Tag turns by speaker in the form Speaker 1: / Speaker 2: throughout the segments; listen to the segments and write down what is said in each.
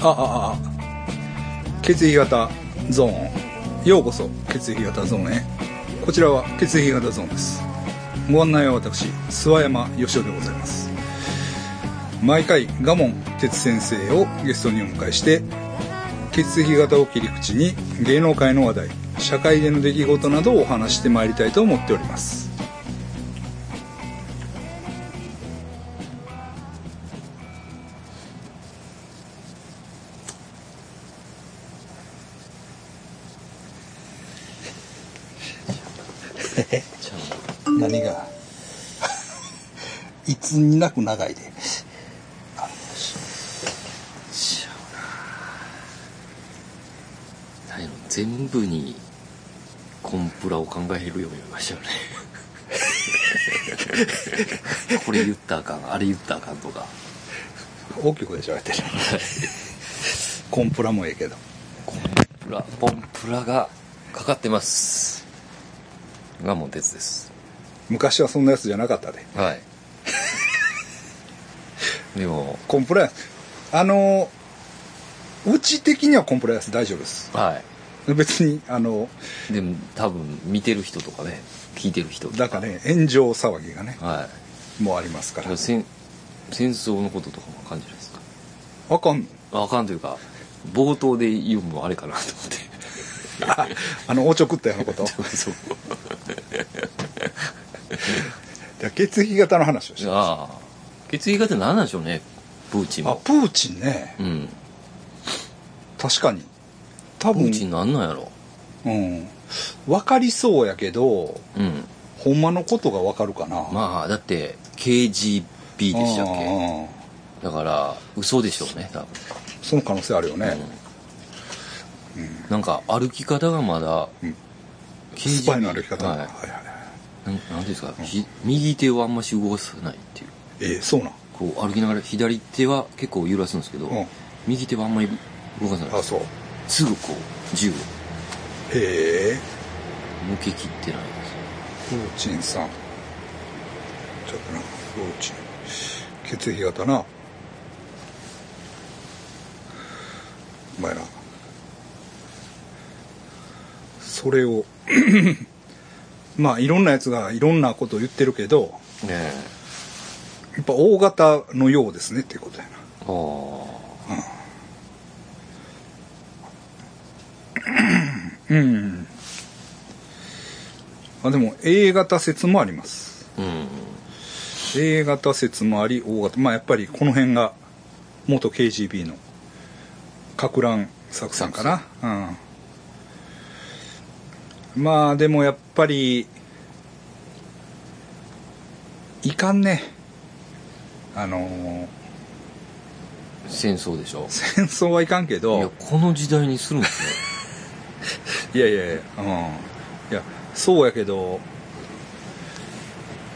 Speaker 1: あああ血液型ゾーンようこそ血液型ゾーンへこちらは血液型ゾーンですご案内は私諏訪山義雄でございます毎回賀門哲先生をゲストにお迎えして血液型を切り口に芸能界の話題社会での出来事などをお話してまいりたいと思っております何がいつになく長いで
Speaker 2: なんやろ全部にコンプラを考えるようになり ましたよねこれ言ったらあかんあれ言ったらあかんとか
Speaker 1: 大きい声で喋ってるコンプラもええけど
Speaker 2: コンプラコンプラがかかってますがもう鉄です
Speaker 1: 昔はそんなやつじゃなかったで
Speaker 2: はい でも
Speaker 1: コンプライアンスあのうち的にはコンプライアンス大丈夫です
Speaker 2: は
Speaker 1: 別にあの
Speaker 2: いでも多分見てる人とかね聞いてる人と
Speaker 1: だからね炎上騒ぎがね
Speaker 2: は
Speaker 1: もうありますか
Speaker 2: い
Speaker 1: ら
Speaker 2: 戦戦争のこととかもあかんじゃないですか
Speaker 1: あかんの
Speaker 2: ああかんというか冒頭で言うのもあれかなと思って
Speaker 1: ああのおちょくったような こと
Speaker 2: そう
Speaker 1: で血液型の話をし
Speaker 2: ああ血液型何なんでしょうねプーチン
Speaker 1: あ
Speaker 2: も
Speaker 1: プーチンね
Speaker 2: うん
Speaker 1: 確かに多
Speaker 2: プ
Speaker 1: 分
Speaker 2: ーチンなんなんやろ
Speaker 1: うん分かりそうやけど
Speaker 2: うん
Speaker 1: ほんまのことが分かるかな
Speaker 2: まあだって KGB でしたっけ
Speaker 1: うん
Speaker 2: だから嘘でしょうね多分、
Speaker 1: その可能性あるよね、
Speaker 2: うんなんか歩き方がまだ、
Speaker 1: うん
Speaker 2: KGB
Speaker 1: スパイの歩き方、
Speaker 2: は
Speaker 1: はいい
Speaker 2: な
Speaker 1: は
Speaker 2: ん
Speaker 1: いはい
Speaker 2: なんていうんですか、ひ右手をあんまし動かさないっていう
Speaker 1: ええそうなん
Speaker 2: こう歩きながら左手は結構揺らすんですけど、
Speaker 1: うん
Speaker 2: 右手はあんまり動かさない
Speaker 1: あそう
Speaker 2: すぐこう銃を
Speaker 1: へえ
Speaker 2: 抜け切ってないんですよ
Speaker 1: プーチンさんちょっとなプーチン血液型なお前なそれを まあいろんなやつがいろんなことを言ってるけど
Speaker 2: ねえ
Speaker 1: やっぱ大型のようですねっていうことやな
Speaker 2: ああ
Speaker 1: うんあでも A 型説もあります
Speaker 2: うん。
Speaker 1: A 型説もあり O 型まあやっぱりこの辺が元 KGB のか乱作戦かなうんまあでもやっぱりいかんねあのー
Speaker 2: 戦争でしょ。
Speaker 1: 戦争はいかんけ
Speaker 2: いや
Speaker 1: ど、
Speaker 2: この時代にするんです
Speaker 1: い
Speaker 2: ね。
Speaker 1: やいやいやうんいやそうやけどやっ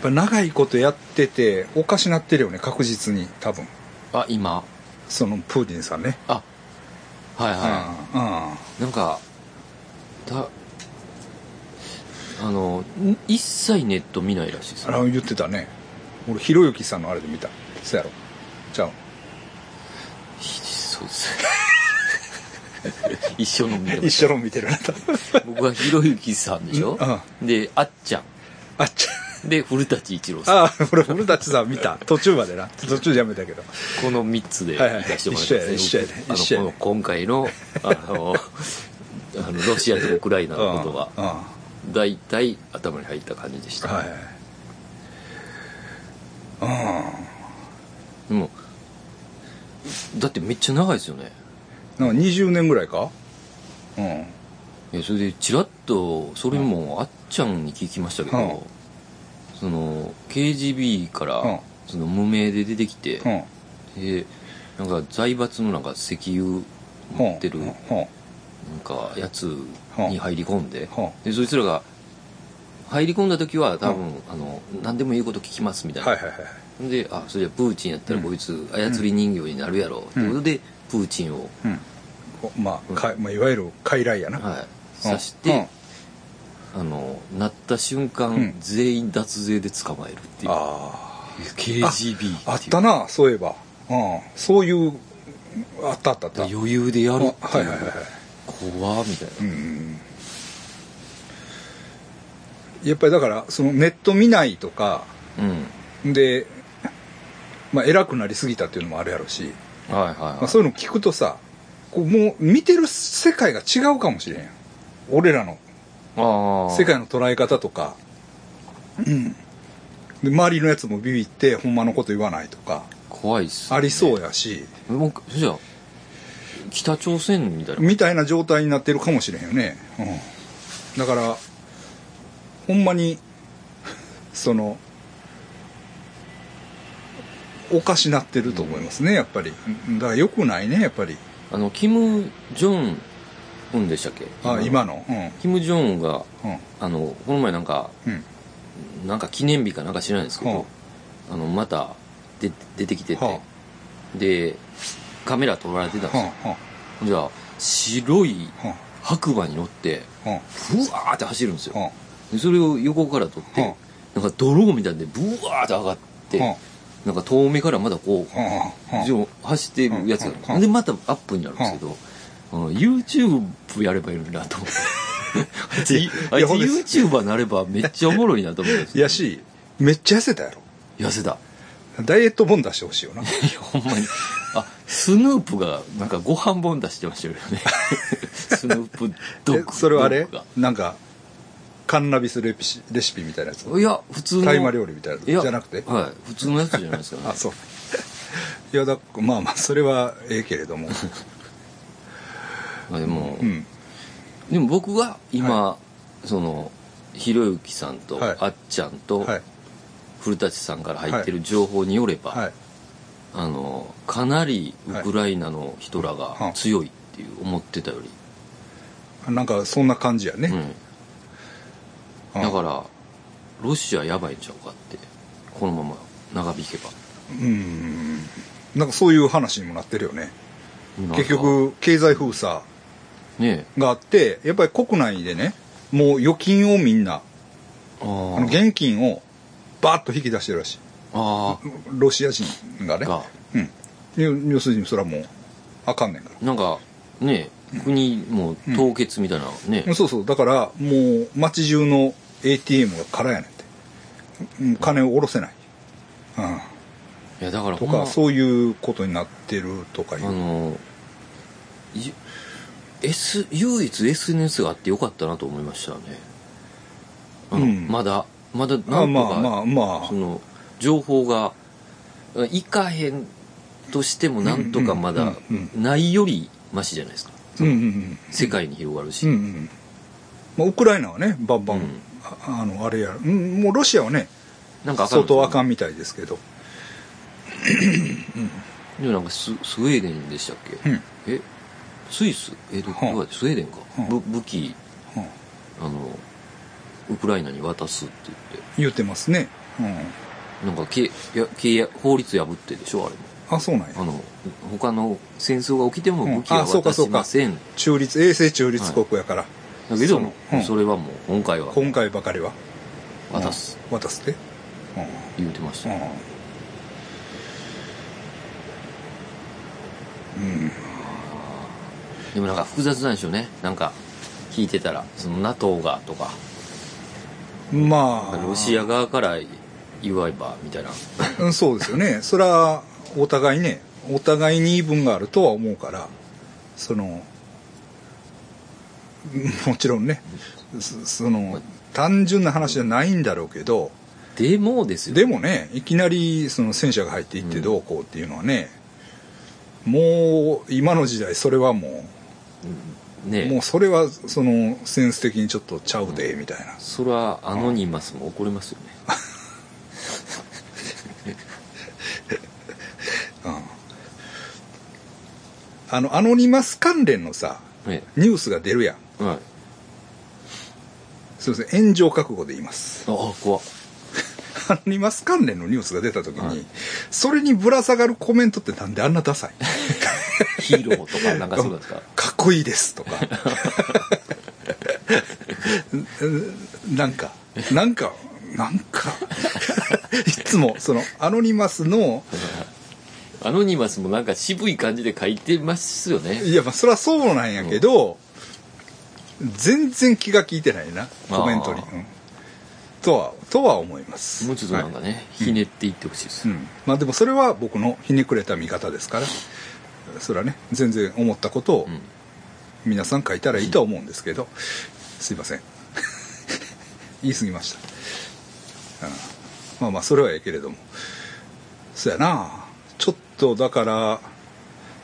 Speaker 1: ぱ長いことやってておかしなってるよね確実に多分
Speaker 2: あ、今。
Speaker 1: そのプーチンさんね
Speaker 2: あ、はいは
Speaker 1: うんうん
Speaker 2: い。なんか、だ、あの、ん一切ネット見ないらしいです
Speaker 1: あ
Speaker 2: ね。
Speaker 1: ら言ってたね俺ひろゆきさんのあれで見たそやろじゃあ
Speaker 2: ひそうです。 一緒の見てま
Speaker 1: 一
Speaker 2: す
Speaker 1: 緒の見てるな
Speaker 2: 僕はひろゆきさんでしょで、あっちゃ
Speaker 1: あっちゃ
Speaker 2: ん。で、古舘一郎さん。
Speaker 1: ああ俺古舘さん見た途中までな途中でやめたけど
Speaker 2: この3つで
Speaker 1: はいはい
Speaker 2: 行かしてもらってますね
Speaker 1: 一緒やね
Speaker 2: 僕
Speaker 1: 一緒や
Speaker 2: あ
Speaker 1: ね
Speaker 2: の、この今回の、あの、あのロシアとウクライナのことが。
Speaker 1: うんうん
Speaker 2: 大体頭に入った感じでした、
Speaker 1: はい
Speaker 2: でもだってめっちゃ長いですよね
Speaker 1: うんなんか20年ぐらいかうん
Speaker 2: いやそれでちらっとそれもあっちゃんに聞きましたけど、
Speaker 1: うん
Speaker 2: その KGB から、
Speaker 1: うん
Speaker 2: その無名で出てきて、
Speaker 1: うん
Speaker 2: でなんか財閥のなんか石油持ってる
Speaker 1: うん
Speaker 2: な
Speaker 1: うん
Speaker 2: んかやつに入り込んで、
Speaker 1: うん
Speaker 2: でそいつらが入り込んだ時は多分、あの何でも言うこと聞きますみたいな、
Speaker 1: はいはいはい
Speaker 2: であそれじゃあプーチンやったらこいつ操り人形になるやろってことで、プーチンを、
Speaker 1: うんおまあかまあいわゆる傀儡やな
Speaker 2: はい、
Speaker 1: うん
Speaker 2: 刺して、あのなった瞬間、
Speaker 1: うん
Speaker 2: 全員脱税で捕まえるって
Speaker 1: うん
Speaker 2: いう
Speaker 1: あ
Speaker 2: KGB っていう
Speaker 1: ああったなそういえばうんそういうあったあったあった
Speaker 2: 余裕でやる
Speaker 1: あ
Speaker 2: って
Speaker 1: はいいはいはいうはい
Speaker 2: 怖っみたいな、
Speaker 1: やっぱりだからそのネット見ないとか
Speaker 2: うん
Speaker 1: で、まあ、偉くなりすぎたっていうのもあるやろうし、
Speaker 2: はいはい、
Speaker 1: ま
Speaker 2: は
Speaker 1: あ、
Speaker 2: い
Speaker 1: そういうの聞くとさこうもう見てる世界が違うかもしれんやん俺らの
Speaker 2: ああ
Speaker 1: 世界の捉え方とか、うん、で周りのやつもビビってほんまのこと言わないとか
Speaker 2: 怖いっす、
Speaker 1: ありそうやし、
Speaker 2: もうじゃあ北朝鮮みたいな
Speaker 1: みたいな状態になってるかもしれんよね、うん、だからほんまにそのおかしなってると思いますねやっぱりうんだからよくないねやっぱり
Speaker 2: あのキム・ジョンウンでしたっけ
Speaker 1: あ今のう
Speaker 2: キム・ジョンウンが
Speaker 1: んうん
Speaker 2: あのこの前なんか
Speaker 1: うん
Speaker 2: なんか記念日かなんか知らないですけど、
Speaker 1: は
Speaker 2: あのまたで出てきてて、
Speaker 1: は
Speaker 2: でカメラ撮られてたんです
Speaker 1: は
Speaker 2: よ、
Speaker 1: んは
Speaker 2: じゃあ白い
Speaker 1: んはん
Speaker 2: 白馬に乗って
Speaker 1: はん
Speaker 2: ブワーって走るんですよ、
Speaker 1: はん
Speaker 2: でそれを横から撮って、
Speaker 1: は
Speaker 2: なんかドローンみたいなんでブワーって上がって、
Speaker 1: はん
Speaker 2: なんか遠目からまだこう、
Speaker 1: はんはん
Speaker 2: 一応走ってるやつがあるんです
Speaker 1: うんうん
Speaker 2: でまたアップになるんですけど、うん YouTube やればいいのになと思って あいつ
Speaker 1: いや
Speaker 2: あいつ
Speaker 1: ほんです
Speaker 2: YouTuber なればめっちゃおもろいなと思うんです
Speaker 1: いやしめっちゃ痩せたやろ
Speaker 2: 痩せた
Speaker 1: ダイエット本出してほしいよな
Speaker 2: いやほんまにあスヌープがなんかご飯本出してま したよねスヌープドッ
Speaker 1: え
Speaker 2: グ
Speaker 1: それはあれ
Speaker 2: ドッグ
Speaker 1: なんかカンナビスレピシレシピみたいなやつ
Speaker 2: がいや普通の
Speaker 1: 大麻料理みたいなやつ
Speaker 2: いや
Speaker 1: じゃなくて
Speaker 2: はい普通のやつじゃないですか、ね
Speaker 1: あ、そういやだまあまあそれはええけれど も
Speaker 2: まあでも、
Speaker 1: うん
Speaker 2: でも僕は今、そのひろゆきさんと、
Speaker 1: はい
Speaker 2: あっちゃんと、
Speaker 1: はい
Speaker 2: 古舘さんから入ってる情報によれば、
Speaker 1: はい
Speaker 2: あのかなりウクライナの人ら
Speaker 1: は
Speaker 2: が
Speaker 1: い
Speaker 2: 強いっていう思ってたより、
Speaker 1: なんかそんな感じやね、
Speaker 2: うん、
Speaker 1: うん
Speaker 2: だからロシアやばいんちゃうかってこのまま長引けば
Speaker 1: うんなんかそういう話にもなってるよね
Speaker 2: なんか
Speaker 1: 結局経済封鎖
Speaker 2: ね
Speaker 1: があってやっぱり国内でねもう預金をみんな
Speaker 2: あ
Speaker 1: あの
Speaker 2: ー
Speaker 1: 現金をバーッと引き出してるらしい
Speaker 2: あー
Speaker 1: ロシア人がね
Speaker 2: が
Speaker 1: うん要要するにそれはもうあかんねんから
Speaker 2: なんかね国も凍結みたいなね、
Speaker 1: そうそうだからもう街中の ATM が空やねんてうん金を下ろせない、う
Speaker 2: いやだから
Speaker 1: ん、と
Speaker 2: ほん
Speaker 1: か
Speaker 2: ま
Speaker 1: そういうことになってるとかい
Speaker 2: あ
Speaker 1: う
Speaker 2: のい S 唯一 SNS があってよかったなと思いましたねあの、
Speaker 1: うん
Speaker 2: まだまだなんとか
Speaker 1: あまあまあま
Speaker 2: その情報がいかへんとしてもなんとかまだ
Speaker 1: うんうん
Speaker 2: ないよりマシじゃないですか
Speaker 1: あうんうん
Speaker 2: 世界に広がるし、
Speaker 1: うんうんうんまあウクライナはねバンバン、
Speaker 2: うん
Speaker 1: ああのあれやるうんもうロシアはね
Speaker 2: なんか
Speaker 1: 相当あか
Speaker 2: ん
Speaker 1: んみたいですけど
Speaker 2: でもなんかススウェーデンでしたっけ、
Speaker 1: うん
Speaker 2: えスイスえどどこ
Speaker 1: はあ
Speaker 2: やったスウェーデンか、
Speaker 1: はあ
Speaker 2: ぶ武器
Speaker 1: うん
Speaker 2: あのウクライナに渡すって言って
Speaker 1: 言ってますね、
Speaker 2: なんかけいや契約法律破ってでしょあれも
Speaker 1: うん、あそうなんや
Speaker 2: あの他の戦争が起きても武器
Speaker 1: うん
Speaker 2: は
Speaker 1: あそうか
Speaker 2: 渡
Speaker 1: そ
Speaker 2: し
Speaker 1: うか
Speaker 2: ません、
Speaker 1: 中立永世中立国やから、
Speaker 2: だけど
Speaker 1: そ
Speaker 2: も
Speaker 1: の
Speaker 2: そ,、
Speaker 1: うん
Speaker 2: れはもう今回は
Speaker 1: 今回ばかりは
Speaker 2: 渡す、
Speaker 1: うん渡すで、うん
Speaker 2: 言うてました、ねでもなんか複雑なんでしょうねなんか聞いてたらその NATO がとか
Speaker 1: うん、まあ
Speaker 2: ロシア側から言わばみたいな
Speaker 1: うん、そうですよね。それは、お互いね、お互いに言い分があるとは思うから、その、もちろんね、そその、単純な話じゃないんだろうけど、
Speaker 2: でもですよ
Speaker 1: でもね、いきなり、その戦車が入っていってどうこうっていうのはね、もう、今の時代、それはもう、
Speaker 2: ね
Speaker 1: もうそれは、その、センス的にちょっとちゃうで、みたいな。
Speaker 2: それはアノニマスも怒りますよね
Speaker 1: あの、アノニマス関連のさ、
Speaker 2: ね
Speaker 1: ニュースが出るやん。
Speaker 2: はいあ
Speaker 1: すいません、炎上覚悟で言います。
Speaker 2: あ怖っ
Speaker 1: アノニマス関連のニュースが出た時に、
Speaker 2: はい
Speaker 1: それにぶら下がるコメントってなんであんなダサい
Speaker 2: ヒーローとかなんかそうなんですか
Speaker 1: かっこいいですとか なんかなんかなんかいつもそのアノニマスの
Speaker 2: アノニマスもなんか渋い感じで書いてますよね
Speaker 1: いやまあそりゃそうなんやけど、全然気が利いてないなコメントに、
Speaker 2: あー
Speaker 1: うんとはとは思います
Speaker 2: もうちょっとなん
Speaker 1: は
Speaker 2: かね、ひねっていってほしいです、
Speaker 1: いうん、まあでもそれは僕のひねくれた見方ですからそれはね全然思ったことを
Speaker 2: うん
Speaker 1: 皆さん書いたらいいとは思うんですけど、すいません 言い過ぎました、うんまあまあそれはええけれどもそやなちょっとだから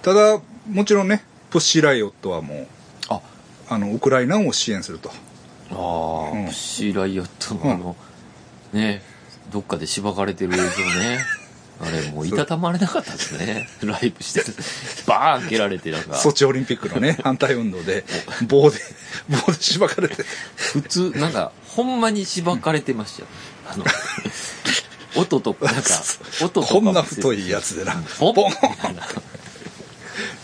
Speaker 1: ただもちろんねプッシーライオットはもう
Speaker 2: あ
Speaker 1: あのウクライナを支援すると
Speaker 2: ああ、
Speaker 1: うん
Speaker 2: プッシーライオットのあの、ねどっかでしばかれてる映像 ねあれもういたたまれなかったですねライブしてるバーン蹴られてなんか
Speaker 1: ソチオリンピックのね反対運動で棒で棒でしばかれて
Speaker 2: 普通なんかほんまにしばかれてましたよ あの音とかなんか音とか
Speaker 1: こんな太
Speaker 2: い
Speaker 1: いやつでな
Speaker 2: ポン
Speaker 1: ボン
Speaker 2: みたいなね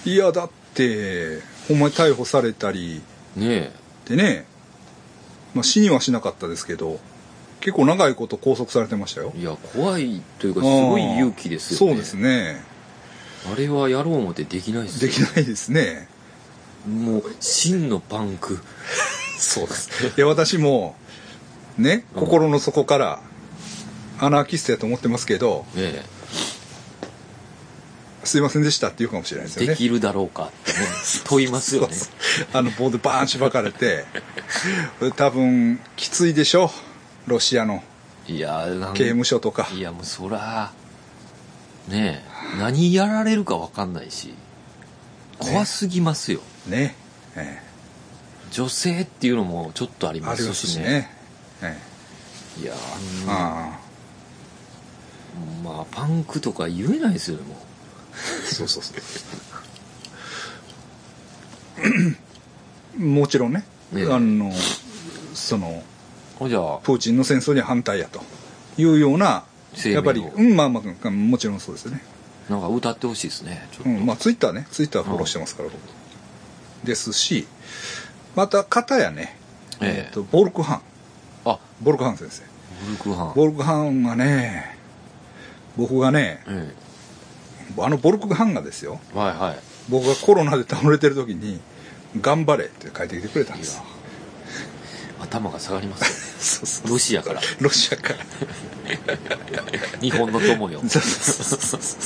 Speaker 1: いやだってほんまに逮捕されたり
Speaker 2: え
Speaker 1: でね、まあ、死にはしなかったですけど結構長いこと拘束されてましたよ
Speaker 2: いや怖いというかすごい勇気ですよね
Speaker 1: そうですね
Speaker 2: あれはやろう思ってできないです
Speaker 1: で
Speaker 2: よ
Speaker 1: きないですね
Speaker 2: もう真のパンク
Speaker 1: そうですいや私もね心の底からアナーキストやと思ってますけど
Speaker 2: ね
Speaker 1: すいませんでしたって言うかもしれないですよ
Speaker 2: え
Speaker 1: ね
Speaker 2: できるだろう かってね問いますよね
Speaker 1: そうそうあの棒でバーンしばかれ て多分きついでしょロシアの
Speaker 2: いやーなん
Speaker 1: 刑務所とか
Speaker 2: いやもうそらねえ何やられるかわかんないし怖すぎますよ、
Speaker 1: ね、え
Speaker 2: 女性っていうのもちょっとあり
Speaker 1: えあ
Speaker 2: ま
Speaker 1: りますすし
Speaker 2: し
Speaker 1: ね
Speaker 2: ね
Speaker 1: え
Speaker 2: いや
Speaker 1: え
Speaker 2: ー
Speaker 1: あ
Speaker 2: うんまあパンクとか言えないですよねも
Speaker 1: あそうそうそう もちろんね、
Speaker 2: ええ
Speaker 1: あのその
Speaker 2: うあじゃあ
Speaker 1: プーチンの戦争には反対やというような
Speaker 2: 声明を
Speaker 1: やっぱり、うん、まあまあもちろんそうですよね
Speaker 2: なんか歌ってほしいですねちょっ
Speaker 1: う
Speaker 2: と、
Speaker 1: ん、まあツイッターね、ツイッターフォローしてますから、僕ですし、また、片やね、
Speaker 2: ええ
Speaker 1: えっと、ボルクハン、
Speaker 2: あ
Speaker 1: ボルクハン先生。
Speaker 2: ブルクハン
Speaker 1: ボルクハンがね、僕がね、
Speaker 2: え
Speaker 1: あのボルクハンがですよ、
Speaker 2: えはいはい
Speaker 1: 僕がコロナで倒れてる時に、頑張れって書いてきてくれたんですよ。
Speaker 2: 頭が下がりますよ
Speaker 1: そうそう
Speaker 2: ロシアから
Speaker 1: ロシアから。
Speaker 2: 日本の友よ
Speaker 1: そうそうそうそう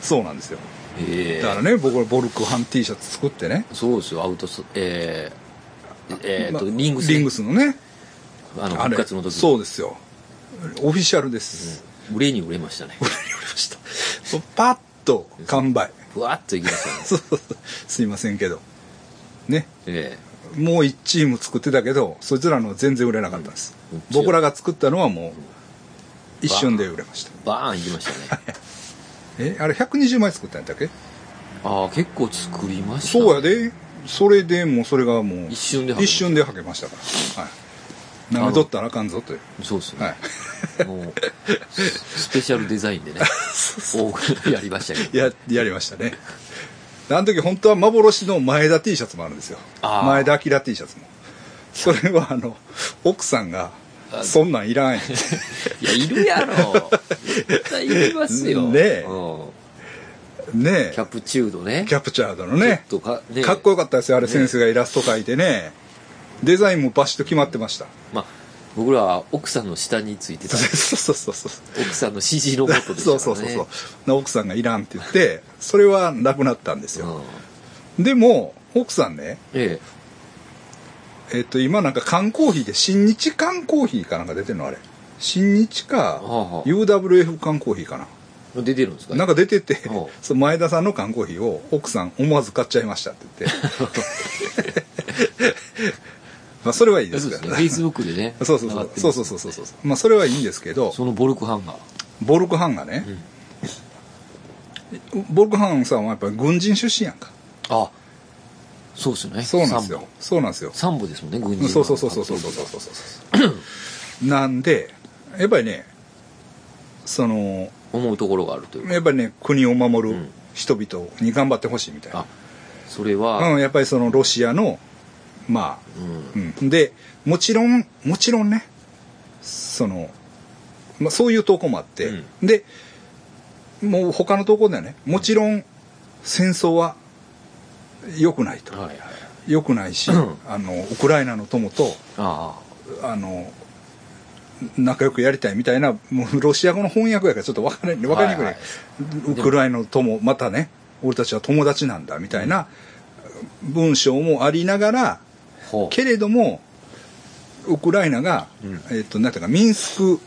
Speaker 1: そうなんですよ。
Speaker 2: ええ
Speaker 1: だからね、僕はボルクハン T シャツ作ってね、
Speaker 2: そうですよアウトスえええーと
Speaker 1: まあ
Speaker 2: リングス
Speaker 1: リングスのね、
Speaker 2: あの
Speaker 1: あれ
Speaker 2: 復活の時
Speaker 1: そうですよオフィシャルです、
Speaker 2: 売れに売れましたね
Speaker 1: そうパッと完売
Speaker 2: ふわっといきましたね
Speaker 1: そうそうそうすいませんけどね
Speaker 2: え
Speaker 1: もう1チーム作ってたけどそいつらの全然売れなかったんです、
Speaker 2: うん
Speaker 1: 僕らが作ったのはもう一瞬で売れました
Speaker 2: えバーンいきましたね
Speaker 1: えあれ120枚作ったんやったっけ
Speaker 2: ああ結構作りましたね
Speaker 1: そうやでそれでもうそれがもう
Speaker 2: 一瞬で
Speaker 1: 一瞬ではけましたからはいなめとったらあかんぞという
Speaker 2: そうですね、
Speaker 1: はい
Speaker 2: もうススペシャルデザイ ンでね大食いやりましたけど
Speaker 1: ややりましたねあの時本当は幻の前田 T シャツもあるんですよ
Speaker 2: あー
Speaker 1: 前田明 T シャツもそれはあの奥さんが「そんなんいらん」って
Speaker 2: いやいるやろ絶対いりますよ
Speaker 1: ねえ
Speaker 2: うん
Speaker 1: ねえ
Speaker 2: キャプチュードね
Speaker 1: キャプチャードのね
Speaker 2: ちょっとかね
Speaker 1: かっこよかったですよあれ
Speaker 2: ね
Speaker 1: 先生がイラスト描いてねデザインもバシッと決まってました
Speaker 2: まあ僕らは奥さんの下についてた
Speaker 1: そうそうそうそう
Speaker 2: 奥さんの指示のことですからね
Speaker 1: そうそうそうそうな奥さんがいらんって言ってそれはなくなったんですよ、
Speaker 2: うん
Speaker 1: でも奥さんね
Speaker 2: ええ
Speaker 1: えっと、今なんか缶コーヒーで、新日缶コーヒーかなんか出てんのあれ。新日か、
Speaker 2: あはあ
Speaker 1: UWF 缶コーヒーかな。
Speaker 2: もう出てるんですか
Speaker 1: なんか出てて
Speaker 2: はあ、
Speaker 1: その前田さんの缶コーヒーを奥さん思わず買っちゃいましたって言って。 まあ、それはいいです
Speaker 2: そう
Speaker 1: け
Speaker 2: です
Speaker 1: どね
Speaker 2: ねフェイ。スブックでね
Speaker 1: そうそう
Speaker 2: 上
Speaker 1: そ
Speaker 2: がっ
Speaker 1: う
Speaker 2: て。ます
Speaker 1: そうそうそうそうそう。まあ、それはいいんですけど、
Speaker 2: そのボルクハンガー
Speaker 1: ボルクハンがね、ボルクハンさんはやっぱり軍人出身やんか。
Speaker 2: あそうですよね
Speaker 1: そうなんですよ。そうなんですよ。
Speaker 2: 三部ですもんね軍人の
Speaker 1: そうそうそうそうそうそうそうそうそうなんでやっぱりねその
Speaker 2: 思うところがあるというか
Speaker 1: やっぱりね国を守
Speaker 2: う
Speaker 1: る
Speaker 2: ん
Speaker 1: 人々に頑張ってほしいみたいな
Speaker 2: あ、それは、
Speaker 1: うん、やっぱりそのロシアのま
Speaker 2: うん
Speaker 1: あ、うん、でもちろんもちろんねその、まあ、そういう投稿もあって、
Speaker 2: うん
Speaker 1: でもう他の投稿ではねもちろん戦争は良くないと
Speaker 2: はいはい
Speaker 1: 良くないし、
Speaker 2: うん
Speaker 1: あのウクライナの友と
Speaker 2: あ
Speaker 1: あの仲良くやりたいみたいなもうロシア語の翻訳やからちょっと分かり分かりにくい、
Speaker 2: はいはい
Speaker 1: ウクライナの友またね俺たちは友達なんだみたいな文章もありながら
Speaker 2: あほう
Speaker 1: けれどもウクライナが、
Speaker 2: うん
Speaker 1: えっとなんていうかミンスク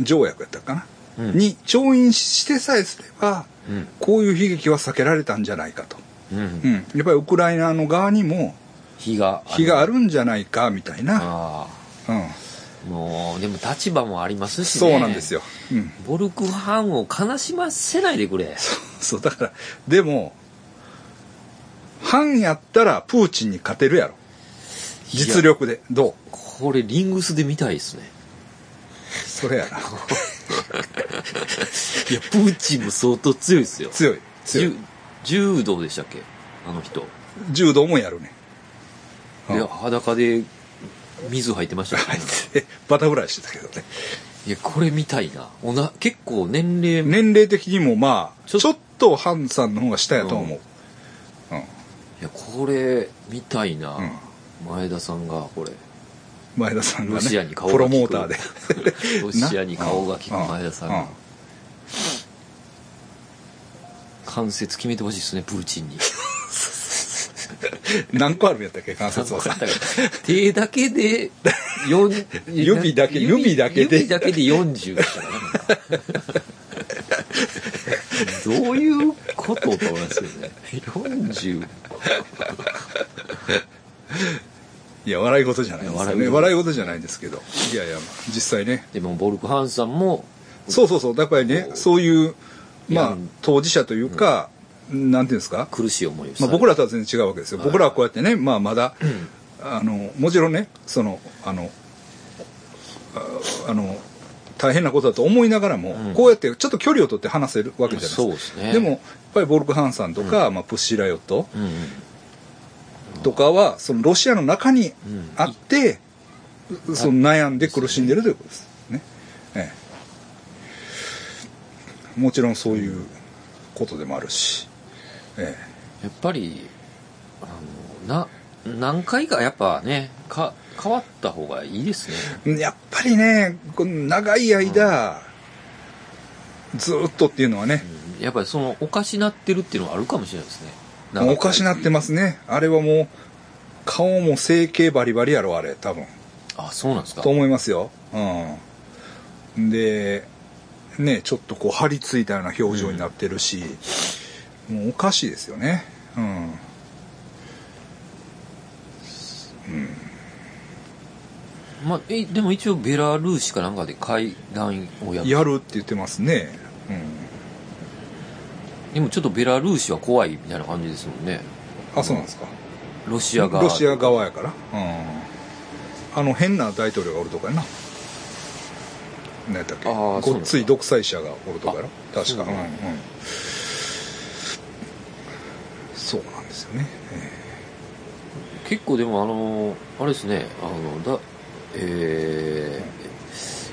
Speaker 1: 条約やったかな、
Speaker 2: うん
Speaker 1: に調印してさえすれば
Speaker 2: うん
Speaker 1: こういう悲劇は避けられたんじゃないかと、
Speaker 2: うん
Speaker 1: うん、やっぱりウクライナの側にも
Speaker 2: 日が
Speaker 1: 非があ
Speaker 2: る
Speaker 1: るんじゃないかみたいな、
Speaker 2: あ
Speaker 1: うん、
Speaker 2: あもうでも立場もありますしね
Speaker 1: そうなんですよ、うん、
Speaker 2: ボルクハンを悲しませないでくれ
Speaker 1: そうだからでも反やったらプーチンに勝てるやろ実
Speaker 2: いや
Speaker 1: 力でどう
Speaker 2: これリングスで見たい ですね
Speaker 1: それや な
Speaker 2: いやプーチンも相当強いですよ
Speaker 1: 強い強い
Speaker 2: 柔柔道でしたっけあの人
Speaker 1: 柔道もやるね
Speaker 2: いや裸で水入ってました
Speaker 1: 入
Speaker 2: ね
Speaker 1: ってバタフライしてたけどね
Speaker 2: いやこれみたいなおな結構年齢い
Speaker 1: 年齢的にもまあ
Speaker 2: ちょ
Speaker 1: ちょっとハンさんの方が下やとは思う、うん
Speaker 2: やこれみたいな、
Speaker 1: うん
Speaker 2: 前田さんがこれ
Speaker 1: 前田さんが
Speaker 2: ロシア
Speaker 1: ね
Speaker 2: に顔が
Speaker 1: プロモーターで
Speaker 2: ロシアに顔が利く前田さん
Speaker 1: う
Speaker 2: が関節決めてほしいですねプーチ ンに
Speaker 1: うん何個あるんやったっけ関節はさ
Speaker 2: 手だけで四
Speaker 1: 指だけ指だけで
Speaker 2: 指だけで40です からねどういうことと思いますよね40
Speaker 1: いや笑い事じゃないですよ
Speaker 2: い
Speaker 1: ね
Speaker 2: や笑い事
Speaker 1: 笑い事じゃないですけどいやいやまあ実際ね
Speaker 2: でもボルクハンさんも
Speaker 1: そうそうそうだからねそういうまあ
Speaker 2: いや
Speaker 1: 当事者というか、なんていうんですか、
Speaker 2: 苦しい思いをした、
Speaker 1: まあ、僕らとは全然違うわけですよ、
Speaker 2: はい
Speaker 1: 僕らはこうやってね、まあ、まだ、あのもちろんねそのあのああの大変なことだと思いながらも、
Speaker 2: うん
Speaker 1: こうやってちょっと距離を取って話せるわけじゃないですか、
Speaker 2: そうですね
Speaker 1: でもやっぱりボルクハンさんとか、まあ、プッシーラヨット
Speaker 2: うんうん
Speaker 1: とかはそのロシアの中にあって、その悩んで苦しんでるということですね。ええ、もちろんそういうことでもあるし、え
Speaker 2: やっぱりあのな何回かやっぱねか変わった方がいいですね
Speaker 1: え、やっぱりねこの長い間、ずーっとっていうのはね
Speaker 2: うんやっぱりそのおかしなってるっていうのはあるかもしれないですね
Speaker 1: もうおかしなってますすねあれはもう顔も整形バリバリやろあれ多分。
Speaker 2: あそうなんですか
Speaker 1: と思いますよ。うん。で、ね、ちょっとこう、張り付いたような表情になってるし、もうおかしいですよね。うん。
Speaker 2: まあ、えでも一応ベラルーシかなんかで会談をやる
Speaker 1: やるって言ってますね。
Speaker 2: でもちょっとベラルーシは怖いみたいな感じですもんね
Speaker 1: うん。あ、そうなんですか。
Speaker 2: ロシアが
Speaker 1: ロシア側やから。うん。あの、変な大統領がおるとかやな。何やったっけ
Speaker 2: あーそうなんですか
Speaker 1: ごっつい独裁者がおるとかやろ確か。
Speaker 2: そう
Speaker 1: うん、う
Speaker 2: なんんだ。
Speaker 1: そうなんですよね。え
Speaker 2: 結構でもあのあれですねあのだえ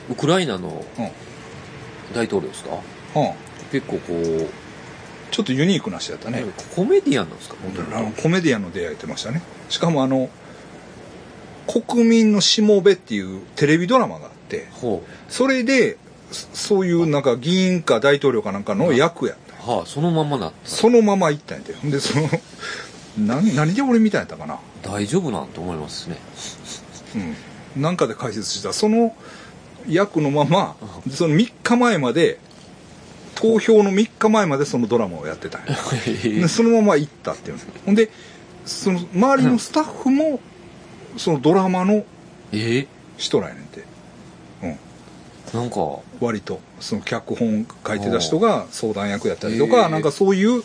Speaker 2: ー、ウクライナの
Speaker 1: え
Speaker 2: 大統領ですか
Speaker 1: うん。うん。
Speaker 2: 結構こう、
Speaker 1: ちょっとユニークな人やったね。
Speaker 2: コメディアンなんですか本当
Speaker 1: あの
Speaker 2: に
Speaker 1: コメディアンの出会いってましたねしかもあの「国民のしもべ」っていうテレビドラマがあって
Speaker 2: ほ
Speaker 1: それでそそういうなんか議員か大統領かなんかの役やった
Speaker 2: うはあそのままなった
Speaker 1: そのまま行ったんやてほんでその何何で俺みたいやったかな
Speaker 2: 大丈夫なんて思います ね
Speaker 1: うんなんかで解説したその役のままその3日前まで投票の3日前までそのドラマをやってたんやでそのまま行ったっていうんですほんでその周りのスタッフもそのドラマの
Speaker 2: え
Speaker 1: 人なんやねんて、うん、
Speaker 2: なんか
Speaker 1: 割とその脚本書いてた人が相談役やったりと
Speaker 2: へ
Speaker 1: か
Speaker 2: え
Speaker 1: なんかそういう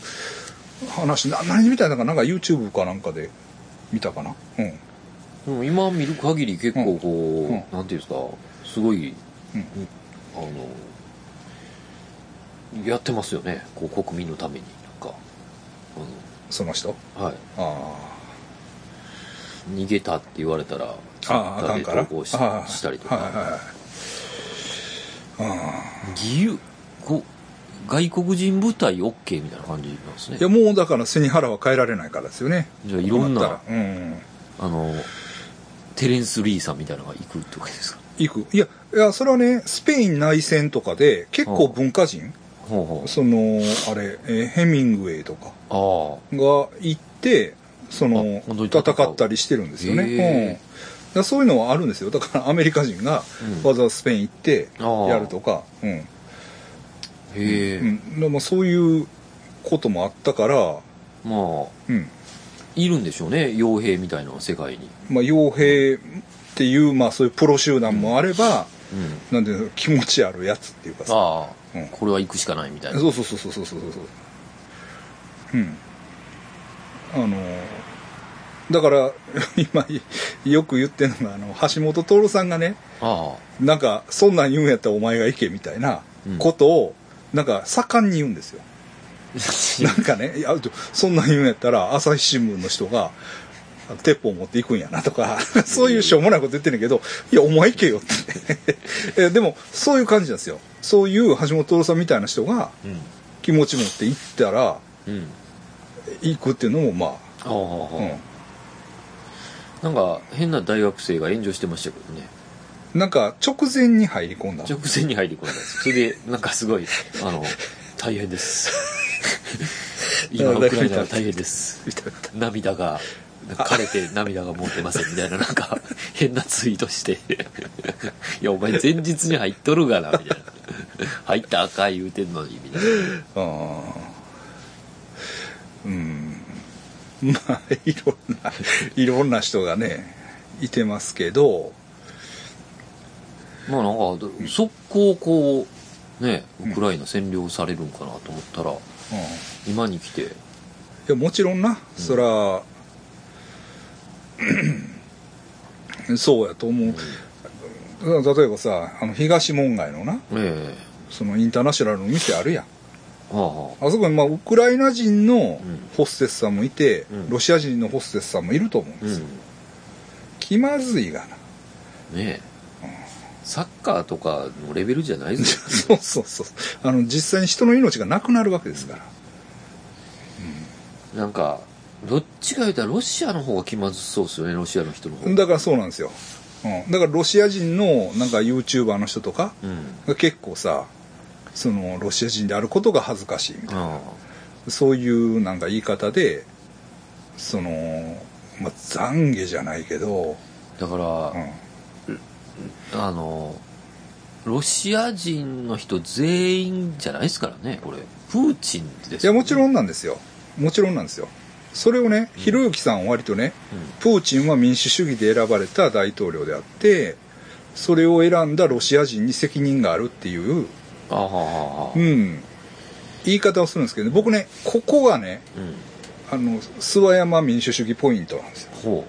Speaker 1: 話な何みたいなのかなんか YouTube かなんかで見たかなうん
Speaker 2: でも今見る限り結構こう、
Speaker 1: んうん
Speaker 2: なんていうんですかすごい、
Speaker 1: うん
Speaker 2: あのやってますよねこう国民のためになんか
Speaker 1: その人
Speaker 2: あのはい
Speaker 1: あ
Speaker 2: 逃げたって言われたら
Speaker 1: ああああかんから
Speaker 2: 投稿し
Speaker 1: ああ
Speaker 2: したりとか、
Speaker 1: はいはいはいああ
Speaker 2: 義勇こう外国人部隊 OK みたいな感じなんですね
Speaker 1: いやもうだから背に腹は変えられないからですよね
Speaker 2: じゃあいろんな
Speaker 1: こうったらうん
Speaker 2: あのテレンス・リーさんみたいなのが行くってわけですか
Speaker 1: 行くいやいやそれはねスペイン内戦とかで結構文化人、
Speaker 2: ほうほう
Speaker 1: そのあれ、えーヘミングウェイとか
Speaker 2: あ
Speaker 1: が行ってその
Speaker 2: あ本当に戦う
Speaker 1: 戦ったりしてるんですよね、
Speaker 2: へー
Speaker 1: うんだからそういうのはあるんですよだからアメリカ人が
Speaker 2: うん
Speaker 1: わざわざスペイン行って
Speaker 2: あー
Speaker 1: やるとか、うん
Speaker 2: あへえ、
Speaker 1: うんでもそういうこともあったから、
Speaker 2: まあ
Speaker 1: うん
Speaker 2: いるんでしょうね傭兵みたいなのは世界に
Speaker 1: まあ、傭兵っていう、まあ、そういうプロ集団もあれば、
Speaker 2: うん
Speaker 1: なんていうの気持ちあるやつっていうかさ
Speaker 2: ああ、
Speaker 1: うん
Speaker 2: これは行くしかないみたいな
Speaker 1: そうそうそうそうそうそうそううんあのーだから 今よく言ってるのがあの橋本徹さんがね
Speaker 2: ああ
Speaker 1: なんかそんなん言うんやったらお前が行けみたいな
Speaker 2: うん
Speaker 1: ことを、なんか盛んに言うんですよ なんかねいやそんなん言うんやったら朝日新聞の人が鉄砲持っていくんやなとか そういうしょうもないこと言ってるけどいやお前行けよって えでもそういう感じなんですよそういう橋本徹さんみたいな人が
Speaker 2: うん
Speaker 1: 気持ち持って行ったら
Speaker 2: うん
Speaker 1: 行くっていうのもま
Speaker 2: ああ、
Speaker 1: あ、うん
Speaker 2: なんか変な大学生が炎上してましたけどね
Speaker 1: なんか直前に入り込んだ
Speaker 2: 直前に入り込んだんですそれでなんかすごいあの大変です 今ウクライナは大変です
Speaker 1: みたいな
Speaker 2: 涙が枯れて涙が持ってませんみたいななんか変なツイートしていやお前前日に入っとるがなみたいな入ったらあかん言うてんのにみたい
Speaker 1: あ
Speaker 2: な
Speaker 1: ーうん まあいろんないろんな人がねいてますけど
Speaker 2: まあなんか速攻こうねウクライナ占領されるんかなと思ったら
Speaker 1: うんい
Speaker 2: 今に来て
Speaker 1: やもちろんな、そら そうやと思う、例えばさあの東門外のな
Speaker 2: ええ
Speaker 1: そのインターナショナルの店あるやん
Speaker 2: ああ
Speaker 1: あそこにまあウクライナ人の
Speaker 2: ん
Speaker 1: ホステスさんもいて、
Speaker 2: うん
Speaker 1: ロシア人のホステスさんもいると思うんで
Speaker 2: う
Speaker 1: すよ、
Speaker 2: ん
Speaker 1: 気まずいがな
Speaker 2: ねえサッカーとかのレベルじゃないですよ
Speaker 1: そうそうそうあの実際に人の命がなくなるわけですから
Speaker 2: なんかどっちか言うたらロシアの方が気まずそうですよねロシアの人の方が
Speaker 1: だからそうなんですよ、うん、だからロシア人のなんか YouTuber の人とか
Speaker 2: うん
Speaker 1: が結構さそのロシア人であることが恥ずかしいみたい
Speaker 2: あ
Speaker 1: なそういうなんか言い方でその、まあ、懺悔じゃないけど、
Speaker 2: あだから、
Speaker 1: うん、
Speaker 2: あのロシア人の人全員じゃないですからねこれプーチンです
Speaker 1: いやもちろ
Speaker 2: ん、
Speaker 1: んなんですよもちろんなんですよそれをねひろゆきさんは割とねプーチンは民主主義で選ばれた大統領であってそれを選んだロシア人に責任があるっていう、
Speaker 2: ああああ
Speaker 1: うん、言い方をするんですけど、ね、僕ねここがね
Speaker 2: うん
Speaker 1: あの諏訪山民主主義ポイントなんですよ
Speaker 2: ほ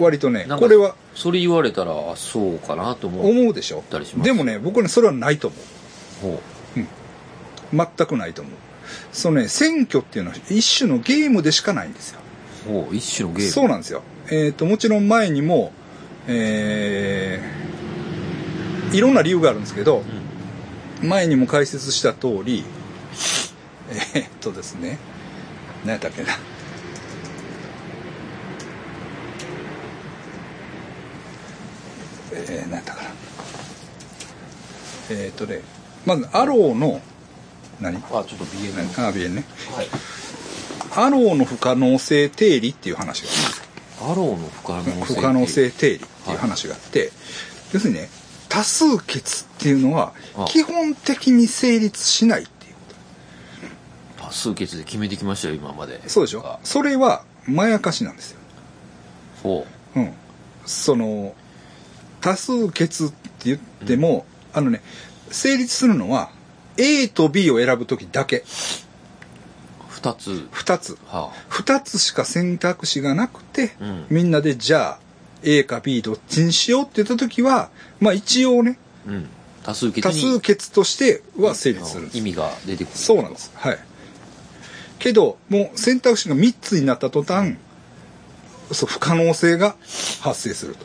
Speaker 1: 割とね
Speaker 2: うなんか
Speaker 1: これは
Speaker 2: それ言われたらあそうかなと思う
Speaker 1: 思うでしょ
Speaker 2: たりします
Speaker 1: でもね僕ねそれはないと思う
Speaker 2: ほ
Speaker 1: 全くないと思うそのね選挙っていうのは一種のゲームでしかないんですよ
Speaker 2: うほう一種のゲーム
Speaker 1: そうなんですよ。えっ、と、もちろん前にも、えーいろんな理由があるんですけど、前にも解説した通り、えーっとですね、何やったっけな。えー、何やったかな。えーっとね、まず、アローの、何
Speaker 2: うん、あちょっと BM
Speaker 1: 何アービエンね。
Speaker 2: はい
Speaker 1: アローの不可能性定理っていう話があるんです
Speaker 2: アローの不可能性
Speaker 1: 不可能性定理っていう話があって、要するにね多数決っていうのは
Speaker 2: あ
Speaker 1: 基本的に成立しないっていうこ
Speaker 2: 多数決で決めてきましたよ今まで
Speaker 1: とそうでしょそれはまやかしなんですよ、
Speaker 2: ほ
Speaker 1: うん、その多数決って言っても、あのね成立するのは A と B を選ぶ時だけ
Speaker 2: う二つ
Speaker 1: 2つ
Speaker 2: は
Speaker 1: 2つしか選択肢がなくて、
Speaker 2: うん
Speaker 1: みんなでじゃあ A か B どっちにしようって言った時はまあ一応ね
Speaker 2: あ、うん、多数決
Speaker 1: 多
Speaker 2: に
Speaker 1: 数決としては成立するんです
Speaker 2: 意味が出てくる
Speaker 1: そうなんですはいけどもう選択肢が3つになった途端、そう不可能性が発生する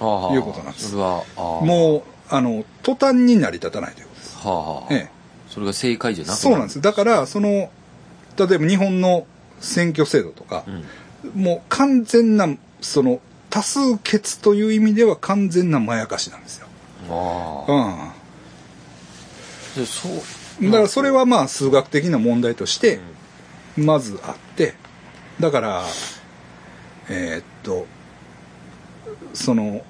Speaker 1: と
Speaker 2: ああ
Speaker 1: いうことなんです
Speaker 2: それはああ
Speaker 1: もうあの途端に成り立たないということです
Speaker 2: はあは
Speaker 1: え
Speaker 2: あ、
Speaker 1: え
Speaker 2: それが正解じゃなく。
Speaker 1: そうなんですすだからその例えば日本の選挙制度とか
Speaker 2: う、ん。
Speaker 1: もう完全なその多数決という意味では完全なまやかしなんですよ、
Speaker 2: ああ。
Speaker 1: う
Speaker 2: でそう。
Speaker 1: ん、だからそれはまあ数学的な問題として、
Speaker 2: うん、
Speaker 1: まずあってだからえーっとその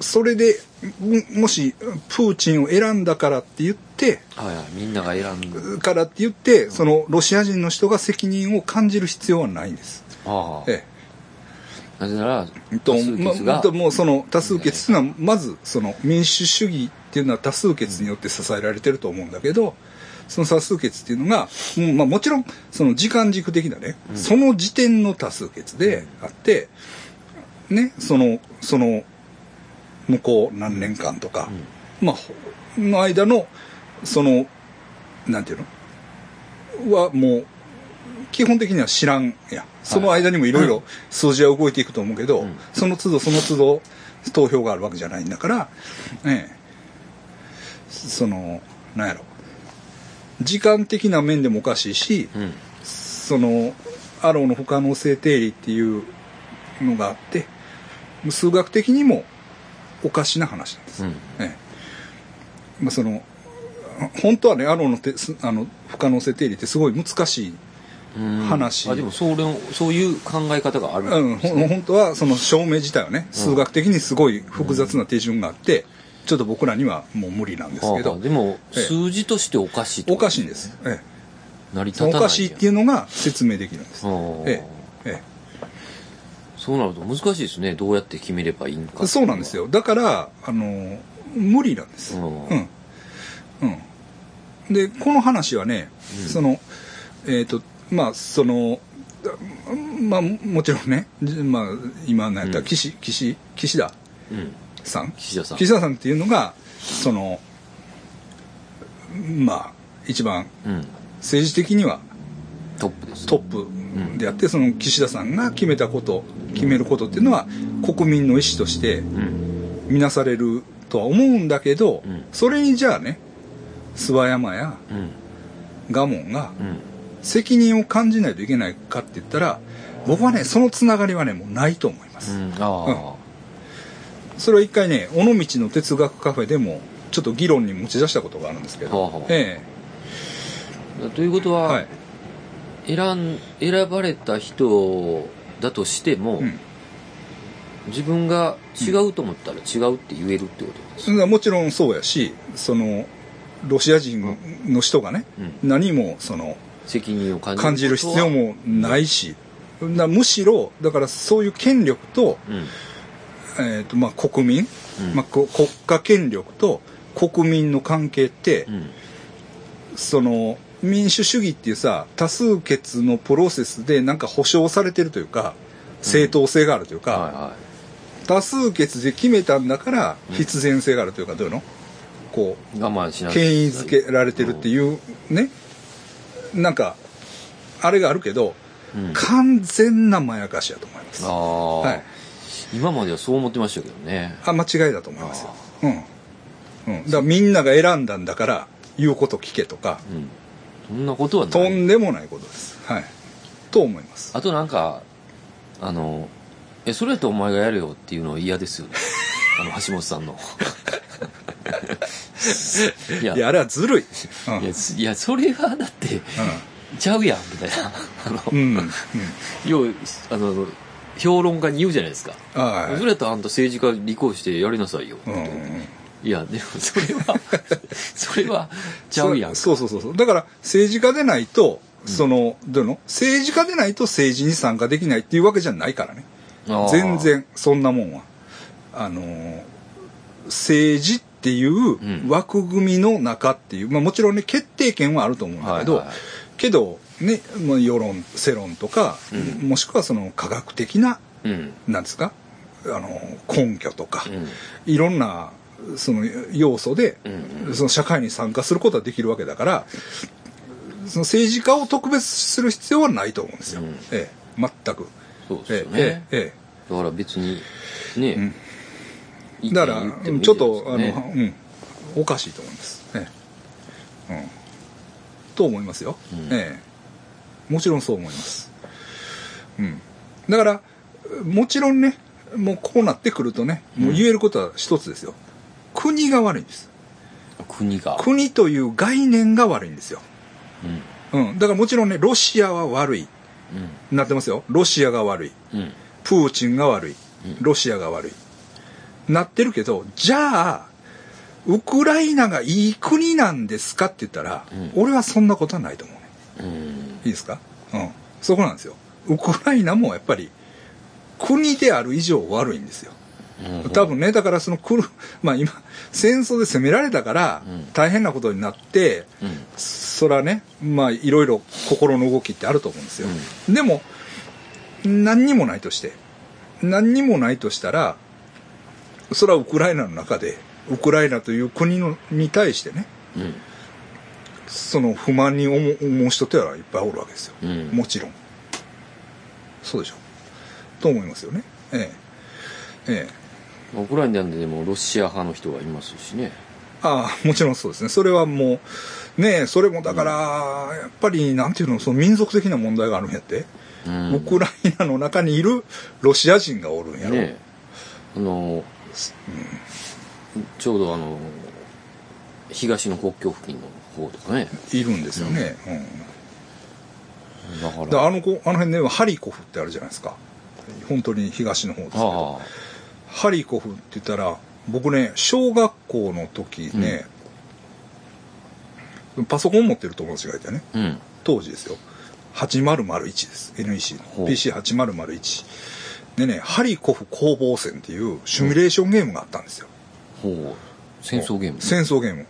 Speaker 1: それでももしプーチンを選んだからって言って
Speaker 2: はいはい。みんなが選んだ。
Speaker 1: からって言ってそのロシア人の人が責任を感じる必要はないんです。
Speaker 2: ああ。
Speaker 1: え
Speaker 2: なぜなら、
Speaker 1: えと
Speaker 2: 多数決が
Speaker 1: まともうその多数決っていうのはまずその民主主義っていうのは多数決によって支えられてると思うんだけどその多数決っていうのが、うんまあ、もちろんその時間軸的なね、
Speaker 2: うん
Speaker 1: その時点の多数決であって、ね、そのその向こう何年間とか、まあ、ほの間のそのなんていうのはもう基本的には知らんやんその間にもいろいろ数字は動いていくと思うけど、
Speaker 2: うん
Speaker 1: その都度その都度投票があるわけじゃないんだから、ええ、そのなんやろ時間的な面でもおかしいし、
Speaker 2: うん。うん。
Speaker 1: そのアローの不可能性定理っていうのがあって数学的にもおかしな話なんです。
Speaker 2: うん。
Speaker 1: ええまあ、その本当はねアローのてすあの不可能性定理ってすごい難しい、
Speaker 2: うん
Speaker 1: 話
Speaker 2: あでもそれをそういう考え方がある、
Speaker 1: うん、ほん本当はその証明自体はね数学的にすごい複雑な手順があって、ちょっと僕らにはもう無理なんですけ
Speaker 2: ああ
Speaker 1: ど
Speaker 2: でも
Speaker 1: ええ
Speaker 2: 数字としておかしいと
Speaker 1: おかしいんです、え
Speaker 2: 成り立
Speaker 1: え、
Speaker 2: たな
Speaker 1: お
Speaker 2: いやん
Speaker 1: かしいっていうのが説明できるんです、
Speaker 2: ああ
Speaker 1: えええ
Speaker 2: そうなると難しいですねどうやって決めればいいんかってい
Speaker 1: え、そうなんです
Speaker 2: よ
Speaker 1: よだからあの無理なんです、
Speaker 2: うん
Speaker 1: うんうん、でこの話はね、
Speaker 2: うん
Speaker 1: そのえっ、とまあそのまあもちろんね、じまあ、今何やったら岸,、岸岸田
Speaker 2: うん
Speaker 1: さん
Speaker 2: 岸田さん
Speaker 1: 岸田さんっていうのがそのまあ一番
Speaker 2: うん
Speaker 1: 政治的には
Speaker 2: トップです
Speaker 1: トップであって、その岸田さんが決めたこと決めることっていうのは国民の意思として
Speaker 2: うん
Speaker 1: 見なされるとは思うんだけど、
Speaker 2: うん
Speaker 1: それにじゃあね諏訪山や
Speaker 2: うん
Speaker 1: 蒲門が
Speaker 2: うん
Speaker 1: 責任を感じないといけないかって言ったら僕はねそのつながりはねもうないと思いま
Speaker 2: う
Speaker 1: す、
Speaker 2: んあ
Speaker 1: それは一回ね尾道の哲学カフェでもちょっと議論に持ち出したことがあるんですけど、
Speaker 2: はあはあ
Speaker 1: え
Speaker 2: あ、ということ
Speaker 1: え
Speaker 2: は、
Speaker 1: はい
Speaker 2: 選ん選ばれた人だとしても、
Speaker 1: うん
Speaker 2: 自分が違うと思ったら違うって言えるってことです
Speaker 1: それはもちろんそうやしそのロシア人の人がね、
Speaker 2: う
Speaker 1: 何もその
Speaker 2: 責任を感じる
Speaker 1: 感じる必要もないし、なむしろだからそういう権力と,、
Speaker 2: うん
Speaker 1: えーとまあ、国民、
Speaker 2: うん
Speaker 1: まあ、こ国家権力と国民の関係って、
Speaker 2: うん
Speaker 1: その民主主義っていうさ多数決のプロセスでなんか保障されてるというか正当性があるというか、
Speaker 2: はいは
Speaker 1: 多数決で決めたんだから
Speaker 2: うん
Speaker 1: 必然性があるというかどういうのこう
Speaker 2: い我慢しない
Speaker 1: 権威づけられてるっていうねなんかあれがあるけど
Speaker 2: うん
Speaker 1: 完全なまやかしやと思います
Speaker 2: あ
Speaker 1: あ,、
Speaker 2: あ、
Speaker 1: はい
Speaker 2: 今まではそう思ってましたけどね
Speaker 1: 間違いだと思いますようん、うん、だからみんなが選んだんだから言うこと聞けとか
Speaker 2: うんそんなことはな
Speaker 1: と
Speaker 2: い
Speaker 1: んでもないことですはいと思います
Speaker 2: あとなんかあのえそれやとお前がやれよっていうのは 嫌ですよねあの橋本さんのいや
Speaker 1: いやあれはずるい、うん
Speaker 2: いやすいやそれはだってちゃうやんみたいなあの、
Speaker 1: うん、うんうん、
Speaker 2: ようあの評論家に言うじゃないですか、
Speaker 1: はい
Speaker 2: それやったらあんた政治家離婚してやりなさいよ、
Speaker 1: うん
Speaker 2: いやでもそ れはそれはちゃうやん
Speaker 1: そそうそうそうそうだから政治家でないとその、どういうの政治家でないと政治に参加できないっていうわけじゃないからね
Speaker 2: あー
Speaker 1: 全然そんなもんはあのー政治ってい
Speaker 2: ん
Speaker 1: う枠組みの中っていう、まあ、もちろんね決定権はあると思うんだけど、
Speaker 2: はいはいはい
Speaker 1: けどね、まあ、世論世論とか、
Speaker 2: う
Speaker 1: もしくはその科学的な
Speaker 2: うん
Speaker 1: なんですかあのー根拠とか、
Speaker 2: うん
Speaker 1: いろんなその要素で、
Speaker 2: うん
Speaker 1: その社会に参加することはできるわけだからその政治家を特別視する必要はないと思うんですよ、
Speaker 2: うん
Speaker 1: ええ、全く。
Speaker 2: そうです
Speaker 1: え
Speaker 2: よ
Speaker 1: え
Speaker 2: ね、
Speaker 1: ええええ
Speaker 2: だから別にね、
Speaker 1: ん
Speaker 2: 意見
Speaker 1: だから、
Speaker 2: 言てもいい
Speaker 1: ちょっ
Speaker 2: じゃ
Speaker 1: と、あ
Speaker 2: な
Speaker 1: の、
Speaker 2: いですかね
Speaker 1: うん、おかしいと思います。ええうん、と思いますよ、
Speaker 2: うん
Speaker 1: ええ、もちろんそう思います、うん、だからもちろんねもうこうなってくるとねもう言えることは一つですよ、国が悪いんです
Speaker 2: 国が。
Speaker 1: 国という概念が悪いんですよ、
Speaker 2: うん。
Speaker 1: うん、だからもちろんねロシアは悪いなってますよロシアが悪い
Speaker 2: うん。うん。
Speaker 1: プーチンが悪い
Speaker 2: うん
Speaker 1: ロシアが悪いなってるけどじゃあウクライナがいい国なんですかって言ったら、
Speaker 2: うん
Speaker 1: 俺はそんなことはないと思うね
Speaker 2: うん。
Speaker 1: いいですかうんそこなんですよウクライナもやっぱり国である以上悪いんですよ
Speaker 2: うん
Speaker 1: 多。分ねだからそのくるまあ今戦争で攻められたから
Speaker 2: うん
Speaker 1: 大変なことになって、
Speaker 2: うん。
Speaker 1: そらねまあいろいろ心の動きってあると思うんですよ、でも何にもないとして何にもないとしたらそらウクライナの中でウクライナという国のに対してね
Speaker 2: うん。
Speaker 1: その不満に思う思う人っていうのはいっぱいおるわけですよ、
Speaker 2: うん。
Speaker 1: もちろんそうでしょと思いますよねええええ
Speaker 2: ウクライナでもロシア派の人がいますしね。
Speaker 1: ああもちろんそうですねそれはもうねえそれもだから、やっぱりなんていうのその民族的な問題があるんやって、
Speaker 2: うん。
Speaker 1: ウクライナの中にいるロシア人がおるんやろ、
Speaker 2: ねあの、ちょうどあの、東の国境付近の方とかね。
Speaker 1: いるんですよね、うん
Speaker 2: だから。
Speaker 1: だからあのこあの辺ねハリコフってあるじゃないですか本当に東の方ですけど
Speaker 2: ああ。
Speaker 1: ハリコフって言ったら僕ね小学校の時ね、パソコン持ってる友達がいてね
Speaker 2: うん。
Speaker 1: 当時ですよ8001です NEC の
Speaker 2: ほう
Speaker 1: PC8001 でねハリコフ攻防戦っていうシミュレーションゲームがあったんですよ、
Speaker 2: ほう。戦争ゲーム。
Speaker 1: 戦争ゲーム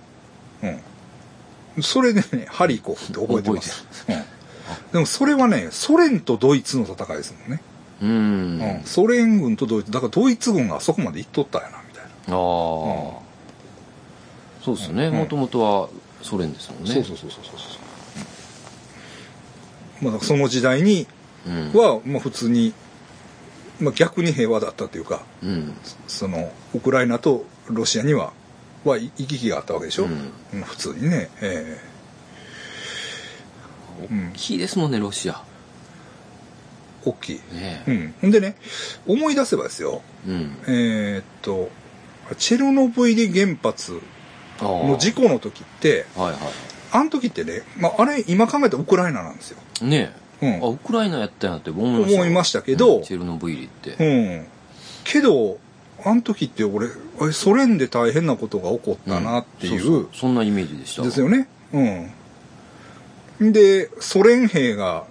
Speaker 1: うんそれでねハリコフって覚えてますうん、でもそれはねソ連とドイツの戦いですもんね、
Speaker 2: うん。
Speaker 1: うん、ソ連軍とドイツだからドイツ軍があそこまで行っとったんやなみたいな
Speaker 2: ああ、そうですよね、
Speaker 1: うん
Speaker 2: もともとはソ連ですもんね
Speaker 1: そうそうそうそうそうそうまあ、だからその時代に
Speaker 2: う、ん、
Speaker 1: は、まあ、普通に、まあ、逆に平和だったというか
Speaker 2: うん
Speaker 1: そのウクライナとロシアにははい行き来があったわけでしょ、
Speaker 2: うん
Speaker 1: うん普通にね、えうん
Speaker 2: 大きいですもんねロシア
Speaker 1: ー大きい、
Speaker 2: ね
Speaker 1: う
Speaker 2: え
Speaker 1: ん、ほんでね思い出せばですよ
Speaker 2: うん、
Speaker 1: えーっとチェルノブイリ原発
Speaker 2: ああ
Speaker 1: の事故の時って
Speaker 2: はいはい
Speaker 1: あの時ってね、まあ、あれ今考えたらウクライナなんですよ、
Speaker 2: ねえ、
Speaker 1: うん
Speaker 2: あウクライナやったんやって思いました
Speaker 1: 思いましたけど
Speaker 2: うんチェルノブイリって、
Speaker 1: うん、けどあの時って俺えソ連で大変なことが起こったなってい
Speaker 2: そう
Speaker 1: う
Speaker 2: そうそんなイメージでした
Speaker 1: ですよね。うん。で、ソ連兵が、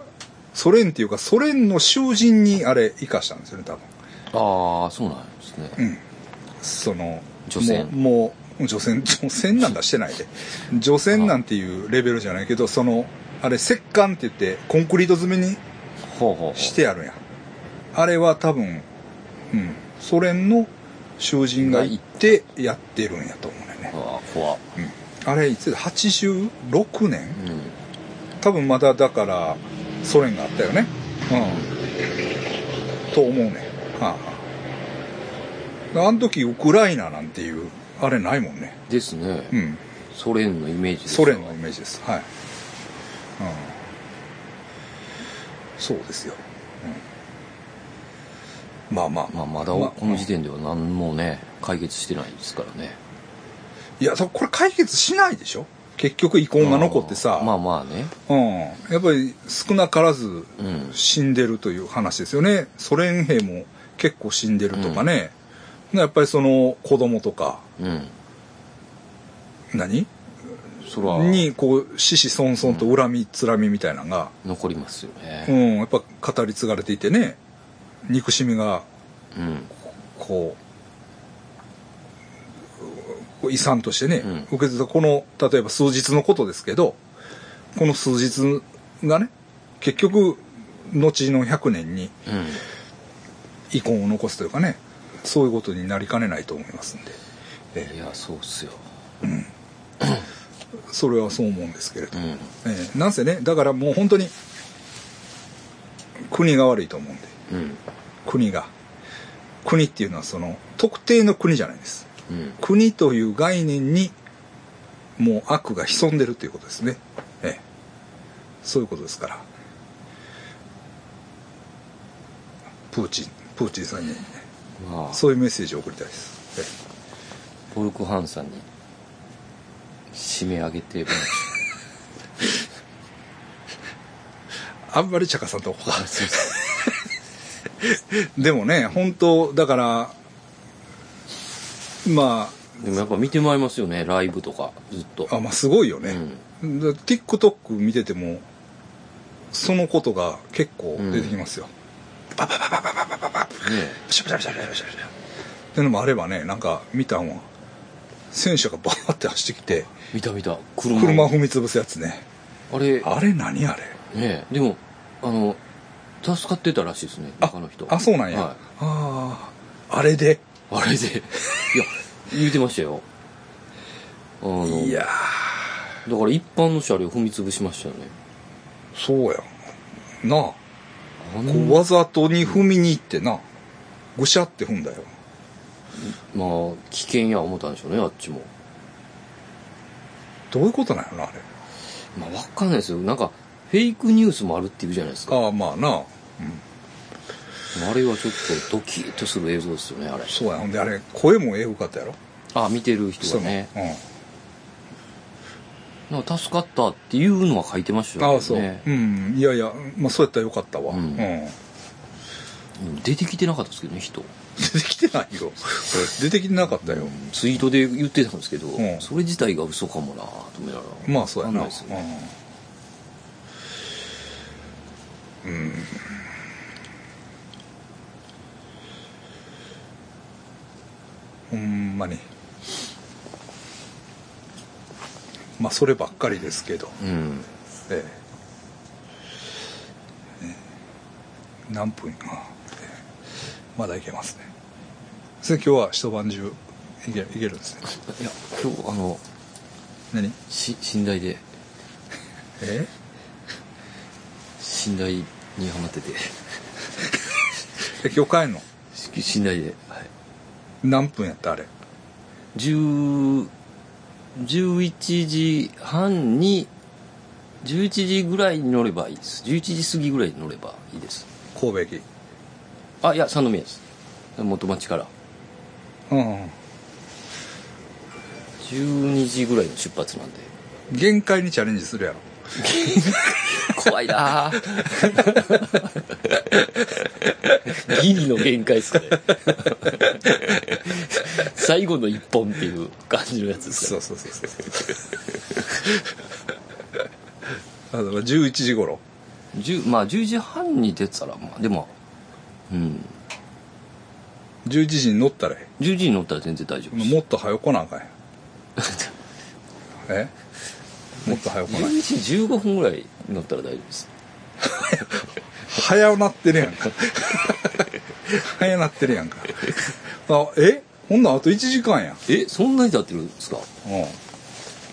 Speaker 1: ソ連っていうか、ソ連の囚人にあれ、生かしたんですよね、多分。
Speaker 2: ああそうなんですね、
Speaker 1: うん。その、
Speaker 2: 除染
Speaker 1: もう、もう除染、除染なんだしてないで。除染なんていうレベルじゃないけど、その、あれ、石棺って言って、コンクリート詰めに
Speaker 2: ほうほうほう
Speaker 1: してあるやん。あれは多分、うん、ソ連の囚人が行ってやってるんやと思うね。
Speaker 2: ああ怖っ
Speaker 1: うん。あれ、いつ、86年
Speaker 2: うん
Speaker 1: 多分まだだからソ連があったよねうんと思うねはあ、はあ、あの時ウクライナなんていうあれないもんね
Speaker 2: ですね、
Speaker 1: うん
Speaker 2: ソ連のイメージでした
Speaker 1: ソ連のイメージですはい、うん、そうですよ、うん、まあまあ
Speaker 2: まあ、まだ
Speaker 1: まあ
Speaker 2: この時点では何もね解決してないですからね
Speaker 1: いやそこれ解決しないでしょ結局遺恨が残ってさ、
Speaker 2: ああまあまあね
Speaker 1: うん、やっぱり少なからず
Speaker 2: うん
Speaker 1: 死んでるという話ですよねソ連兵も結構死んでるとかね、やっぱりその子供とか
Speaker 2: うん
Speaker 1: 何
Speaker 2: それは
Speaker 1: にこう死死孫孫と恨みつらみみたいなのが、
Speaker 2: 残りますよ
Speaker 1: う
Speaker 2: ね
Speaker 1: ん、やっぱ語り継がれていてね憎しみが
Speaker 2: うん
Speaker 1: こうこう遺産としてね、
Speaker 2: うん
Speaker 1: 受け継いだこの例えば数日のことですけどこの数日がね結局後の100年に
Speaker 2: うん
Speaker 1: 遺恨を残すというかねそういうことになりかねないと思いますんで
Speaker 2: いやそうっすよ
Speaker 1: それはそう思うんですけれ
Speaker 2: う
Speaker 1: ど、
Speaker 2: ん
Speaker 1: えーなんせねだからもう本当に国が悪いと思うんで
Speaker 2: うん
Speaker 1: 国が国っていうのはその特定の国じゃないです
Speaker 2: うん
Speaker 1: 国という概念にもう悪が潜んでるということですね、ええ、そういうことですからプーチンプーチンさんに
Speaker 2: まあ
Speaker 1: そういうメッセージを送りたいです、え
Speaker 2: ポルクハンさんに締め上げてもらいましょ
Speaker 1: え、あんまり茶化さんとこが
Speaker 2: うあそうそう
Speaker 1: でもね本当だからま
Speaker 2: でもやっぱ見てまいりますよねライブとかずっと
Speaker 1: ああまあすごいよね、だ TikTok 見ててもそのことが結構出てきますよ、バババババババババ
Speaker 2: うんね
Speaker 1: プシャプシャプシャプシャプシャプシャってのもあればねなんか見たんは戦車がバーって走ってきて
Speaker 2: え見た見た車
Speaker 1: 車を踏み潰すやつね
Speaker 2: あれ
Speaker 1: あれ何あれ
Speaker 2: ねえでもあの助かってたらしいですね中の人
Speaker 1: あそうなんや、
Speaker 2: はい
Speaker 1: あああれで
Speaker 2: あれでいや言うてましたよあの
Speaker 1: いや
Speaker 2: だから一般の車両踏み潰しましたよね
Speaker 1: ーそうやんなあ
Speaker 2: あ
Speaker 1: こうわざとに踏みに行ってなぐしゃって踏んだよ
Speaker 2: のまあ危険や思ったんでしょうねあっちも
Speaker 1: どういうことなんやろなあれ
Speaker 2: まあ分かんないですよなんかフェイクニュースもあるっていうじゃないですか
Speaker 1: ああまあな、うん、
Speaker 2: あれはちょっとドキッとする映像ですよねあれ
Speaker 1: そうやほんであれ声もえぐかったやろ
Speaker 2: あ見てる人がね
Speaker 1: その
Speaker 2: なんか助かったっていうのは書いてました
Speaker 1: うん、
Speaker 2: よね
Speaker 1: ああそう、うんいやいや、まあ、そうやったらよかったわ
Speaker 2: うん
Speaker 1: うん
Speaker 2: うん出てきてなかったですけどね人
Speaker 1: 出てきてないよ出てきてなかったよ、
Speaker 2: ツイートで言ってたんですけど、
Speaker 1: ん
Speaker 2: それ自体が嘘かもなと思いながら
Speaker 1: まあそうやな
Speaker 2: わかんないですよね
Speaker 1: うんうんほんまにまあそればっかりですけど、
Speaker 2: うん
Speaker 1: ええええ何分か、ええまだいけますねそれ今日は一晩中いけいけるんですね
Speaker 2: いや今日あの
Speaker 1: 何
Speaker 2: し寝台で
Speaker 1: え
Speaker 2: 寝台にハマってて
Speaker 1: え今日帰んの
Speaker 2: し寝台で、はい、
Speaker 1: 何分やったあれ
Speaker 2: 10 11時半に11時ぐらいに乗ればいいです11時過ぎぐらいに乗ればいいです
Speaker 1: 神戸駅
Speaker 2: あいや三宮です元町から
Speaker 1: うん
Speaker 2: 12時ぐらいの出発なんで
Speaker 1: 限界にチャレンジするやろ
Speaker 2: 怖いなあギリの限界ですかね最後の一本っていう感じのやつです
Speaker 1: そ
Speaker 2: ね
Speaker 1: うそうそうそうあの11時頃
Speaker 2: 10まあ10時半に出てたらまあでもうん
Speaker 1: 11時に乗ったらえ
Speaker 2: 10時に乗ったら全然大丈
Speaker 1: え
Speaker 2: 夫です
Speaker 1: もっと早来なあかんやんえもっと早来ない
Speaker 2: 11時15分ぐらいに乗ったら大丈夫です
Speaker 1: 早なってるやんか早なってるやんかあえほんなんあと1時間やん
Speaker 2: えそんなに経ってるんですか
Speaker 1: う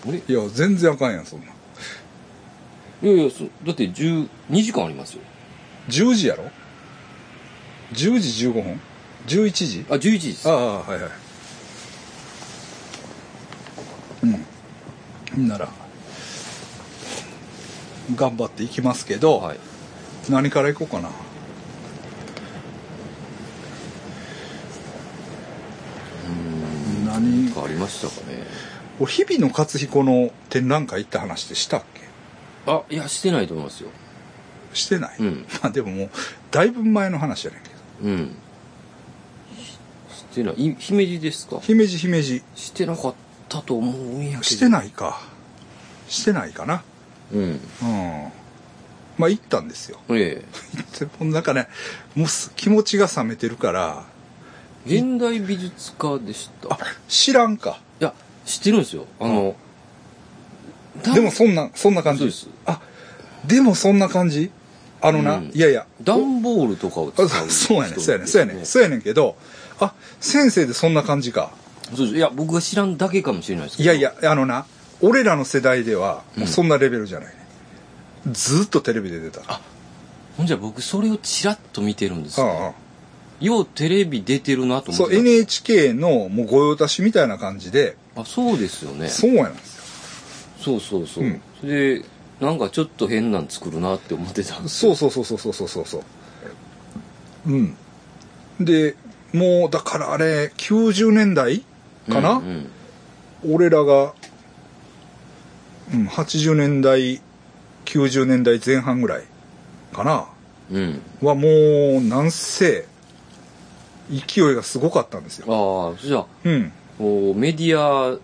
Speaker 2: あれ
Speaker 1: んいや全然あかんやんそんなん
Speaker 2: いやいやそだって12時間ありますよ
Speaker 1: 10時やろ10時15分11時
Speaker 2: あ11時です
Speaker 1: ああはいはいうんなら頑張っていきますけど、
Speaker 2: はい
Speaker 1: 何からいこうかな何
Speaker 2: 何かありましたかね
Speaker 1: お日々の勝彦の展覧会行った話ってしたっけ
Speaker 2: あいやしてないと思いますよ
Speaker 1: してない、
Speaker 2: うん
Speaker 1: まあでももうだいぶ前の話やねんけど
Speaker 2: うんししてないい姫路ですか
Speaker 1: 姫路姫路
Speaker 2: してなかったと思うんやけど
Speaker 1: して
Speaker 2: い
Speaker 1: ないかしてないかな
Speaker 2: うん
Speaker 1: うんまあ行ったんですよ
Speaker 2: ええ
Speaker 1: でもなんかねもうす気持ちが冷めてるから
Speaker 2: 現代美術家でした
Speaker 1: あ知らんか
Speaker 2: いや知ってるんですよあの、ダン
Speaker 1: でもそんなそんな感じ
Speaker 2: そうです
Speaker 1: あでもそんな感じあのな、
Speaker 2: うん
Speaker 1: いやいや
Speaker 2: 段ボールとかを使
Speaker 1: あ
Speaker 2: う
Speaker 1: そ
Speaker 2: 人
Speaker 1: そうやねんそうやねんそうやねんそうやねんけどあ先生でそんな感じか
Speaker 2: そうですいや僕が知らんだけかもしれないですけ
Speaker 1: い
Speaker 2: ど
Speaker 1: やいやあのな俺らの世代ではもうそんなレベルじゃないね、ずーっとテレビで出たあ
Speaker 2: ほんじゃ僕それをちらっと見てるんですよ、
Speaker 1: あ
Speaker 2: ようテレビ出てるなと思っ
Speaker 1: そう
Speaker 2: てた
Speaker 1: NHK のもう御用達みたいな感じで
Speaker 2: あそうですよね
Speaker 1: そうやなんですよ
Speaker 2: そうそうそう、
Speaker 1: うん
Speaker 2: それでなんかちょっと変なん作るなって思ってたんです
Speaker 1: そうそうそうそうそうそうそうそううんでもうだからあれ90年代かな、
Speaker 2: うんうん
Speaker 1: 俺らが、うん、80年代90年代前半ぐらいかな
Speaker 2: うん、
Speaker 1: はもうなんせ勢いがすごかったんですよ、
Speaker 2: ああじゃあ
Speaker 1: うん、
Speaker 2: こうメディア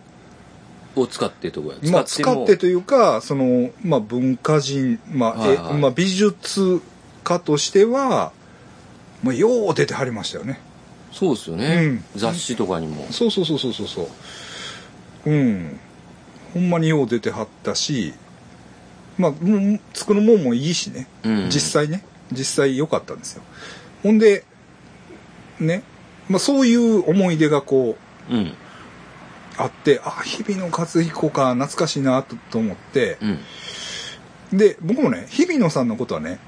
Speaker 2: を使ってとか
Speaker 1: まあ、使ってというかその、まあ、文化人、まあ
Speaker 2: はいはい
Speaker 1: えまあ、美術家としては、まあ、よう出てはりましたよね
Speaker 2: そうですよね、
Speaker 1: うん
Speaker 2: 雑誌とかにも
Speaker 1: そうそうそうそうそうそううんほんまによう出てはったしまあもう作るもんもいいしね、
Speaker 2: うん
Speaker 1: 実際ね実際良かったんですよほんでね、まあ、そういう思い出がこう
Speaker 2: うん
Speaker 1: あってあ日比野勝彦か懐かしいなとと思って
Speaker 2: うん
Speaker 1: で僕もね日比野さんのことはね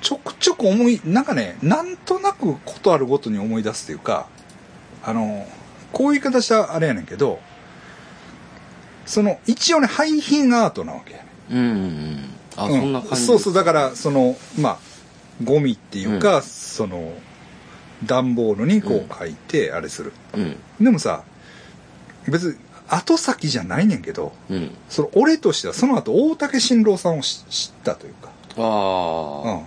Speaker 1: ちょくちょく思いなんかねなんとなくことあるごとに思い出すというかあのこういう言い方したらあれやねんけどその一応ね廃品アートなわけやね
Speaker 2: うんうんうんあ、
Speaker 1: うん
Speaker 2: そんな感じ
Speaker 1: そうそうだからそのまあゴミっていうか、その段ボールにこ
Speaker 2: うん
Speaker 1: う書いてあれする、
Speaker 2: うん
Speaker 1: でもさ別に後先じゃないねんけど
Speaker 2: うん
Speaker 1: その俺としてはその後大竹新郎さんを知知ったというか
Speaker 2: ああ、
Speaker 1: うん、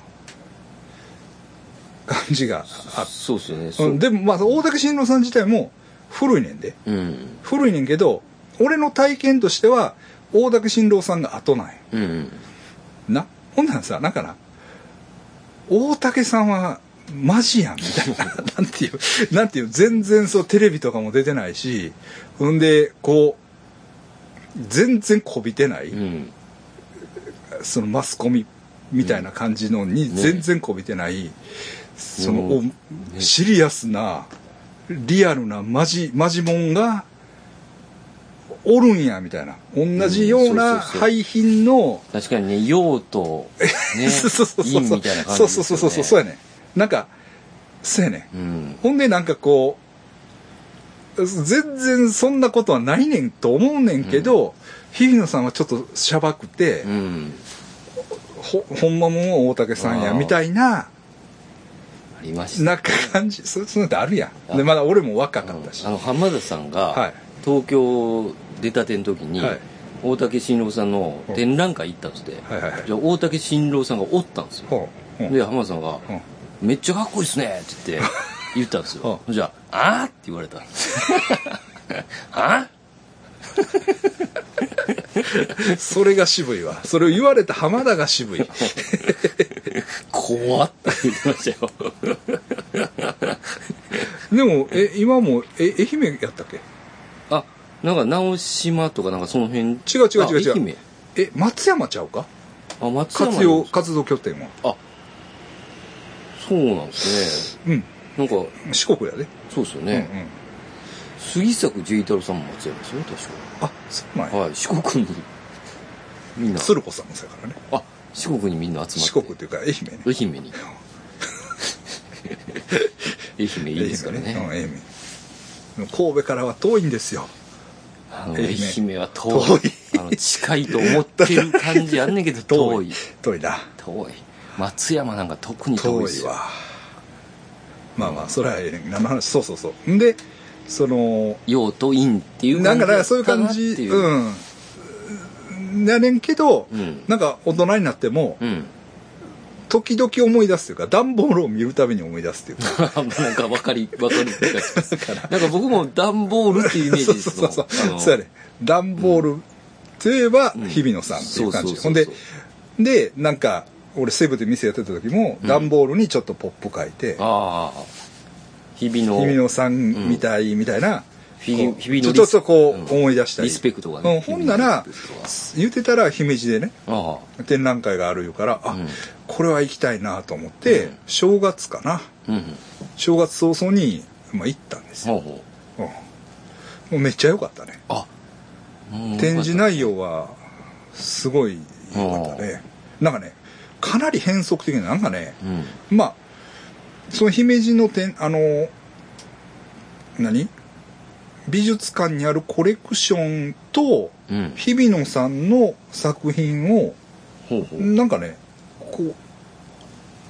Speaker 1: 感じがあっ
Speaker 2: そうですよね
Speaker 1: う、
Speaker 2: そうん
Speaker 1: でもまあ大竹新郎さん自体も古いねんで
Speaker 2: うん
Speaker 1: 古いねんけど俺の体験としては大竹新郎さんが後なんや
Speaker 2: うんうん
Speaker 1: なほんなんさなんかな大竹さんはマジやんみたいな なんていうなんていう全然そうテレビとかも出てないしほんでこう全然こびてない、
Speaker 2: うん
Speaker 1: そのマスコミみたいな感じのに
Speaker 2: ね
Speaker 1: 全然こびてない、その、
Speaker 2: うん
Speaker 1: おシリアスなリアルなマジマジモンがおるんやみたいな同じよう
Speaker 2: うん
Speaker 1: な
Speaker 2: そうそうそう
Speaker 1: 廃品の、
Speaker 2: 確かにね用途 ね
Speaker 1: そうそうそうそう
Speaker 2: 陰
Speaker 1: そ
Speaker 2: みたいな感じ
Speaker 1: うそうそうそうそうそう
Speaker 2: う
Speaker 1: やねなんかそうやね
Speaker 2: うん
Speaker 1: ほんでなんかこう全然そんなことはないねんと思うねんけど、日比野さんはちょっとしゃばくて、
Speaker 2: うん
Speaker 1: ほほんまもんは大竹さんや
Speaker 2: あー
Speaker 1: みたいな
Speaker 2: ありました
Speaker 1: なんか感じそそんなのってあるやんでまだ俺も若かったし、
Speaker 2: あの浜田さんが、
Speaker 1: はい
Speaker 2: 東京出たての時に、
Speaker 1: はい
Speaker 2: 大竹新郎さんの展覧会行ったんですって、
Speaker 1: はいはいはい
Speaker 2: じゃあ大竹新郎さんがおったんですよ、
Speaker 1: ほうほう
Speaker 2: で浜田さんが、
Speaker 1: ほう
Speaker 2: めっちゃかっこいいっすね」っ て言って言ったんですよ
Speaker 1: ほ
Speaker 2: じゃあ「あー?」って言われたんです あ
Speaker 1: それが渋いわそれを言われた浜田が渋い
Speaker 2: 怖っって言ってましたよ
Speaker 1: でもえ今もえ愛媛やったっけ
Speaker 2: あなんか直島とかなんかその辺違う
Speaker 1: 違う違う違う違う
Speaker 2: 愛媛
Speaker 1: え松山ちゃうか
Speaker 2: あ松山
Speaker 1: 活用活動拠点は
Speaker 2: あそうなんですね
Speaker 1: うん
Speaker 2: なんか
Speaker 1: 四国やで、
Speaker 2: そうですよ
Speaker 1: うんう
Speaker 2: ね、
Speaker 1: ん
Speaker 2: 杉作慈太郎さんも松山ですよね確
Speaker 1: あそうなん
Speaker 2: か
Speaker 1: や
Speaker 2: はい四国にみんな
Speaker 1: 鶴子さんもそうやからね
Speaker 2: あ四国にみんな集まって
Speaker 1: 四国というか愛媛ね
Speaker 2: 愛 媛に愛媛いいですから
Speaker 1: 愛
Speaker 2: ね
Speaker 1: 媛うん愛媛神戸からは遠いんですよ
Speaker 2: あの
Speaker 1: 愛
Speaker 2: 愛
Speaker 1: 媛
Speaker 2: 媛は遠いあの近いと思ってる感じあんねんけど遠い
Speaker 1: 遠いな
Speaker 2: 遠い松山なんか特に遠い
Speaker 1: 遠
Speaker 2: で
Speaker 1: い
Speaker 2: すよ
Speaker 1: わまあまあそれはええねんけどあの話そうそうそうんでその
Speaker 2: 陽と陰っていう
Speaker 1: な
Speaker 2: 感
Speaker 1: ん
Speaker 2: じ
Speaker 1: かだからそういう感
Speaker 2: だったなって
Speaker 1: じ
Speaker 2: いううん
Speaker 1: やねんけど、
Speaker 2: うん
Speaker 1: なんか大人になっても、
Speaker 2: うん、
Speaker 1: 時々思い出すというか段ボールを見るたびに思い出すというか
Speaker 2: なんか分かり分かりって感じですなんか僕も段ボールっていうイメージ
Speaker 1: そう そ
Speaker 2: です
Speaker 1: うそう
Speaker 2: あの
Speaker 1: そうやね段ボールといえば日比野さんっていう感じ、
Speaker 2: うん
Speaker 1: ほんででなんか俺西武で店やってた時も段ボールにちょっとポップ書いて、
Speaker 2: ああ日々の
Speaker 1: 日比野さんみたいみたいな、
Speaker 2: 日々
Speaker 1: こう
Speaker 2: 日々のリス
Speaker 1: ちょっとこう
Speaker 2: うん
Speaker 1: 思い出したり、
Speaker 2: リスペクトがね
Speaker 1: うんほんなら
Speaker 2: 日々のリスペクトが
Speaker 1: 言ってたら姫路でね
Speaker 2: あ
Speaker 1: 展覧会があるいうからあ、
Speaker 2: うん
Speaker 1: これは行きたいなと思って、
Speaker 2: うん
Speaker 1: 正月かな
Speaker 2: あうん
Speaker 1: 正月早々に、まあ、行ったんですよ、
Speaker 2: ほうほ
Speaker 1: うんもうめっちゃ良かったね
Speaker 2: うあうん
Speaker 1: 展示内容はすごい良かったねなんかねかなり変則的ななんかね
Speaker 2: うん
Speaker 1: まあその姫路の展あの何美術館にあるコレクションと
Speaker 2: うん
Speaker 1: 日比野さんの作品を
Speaker 2: ほうほう
Speaker 1: なんかねこう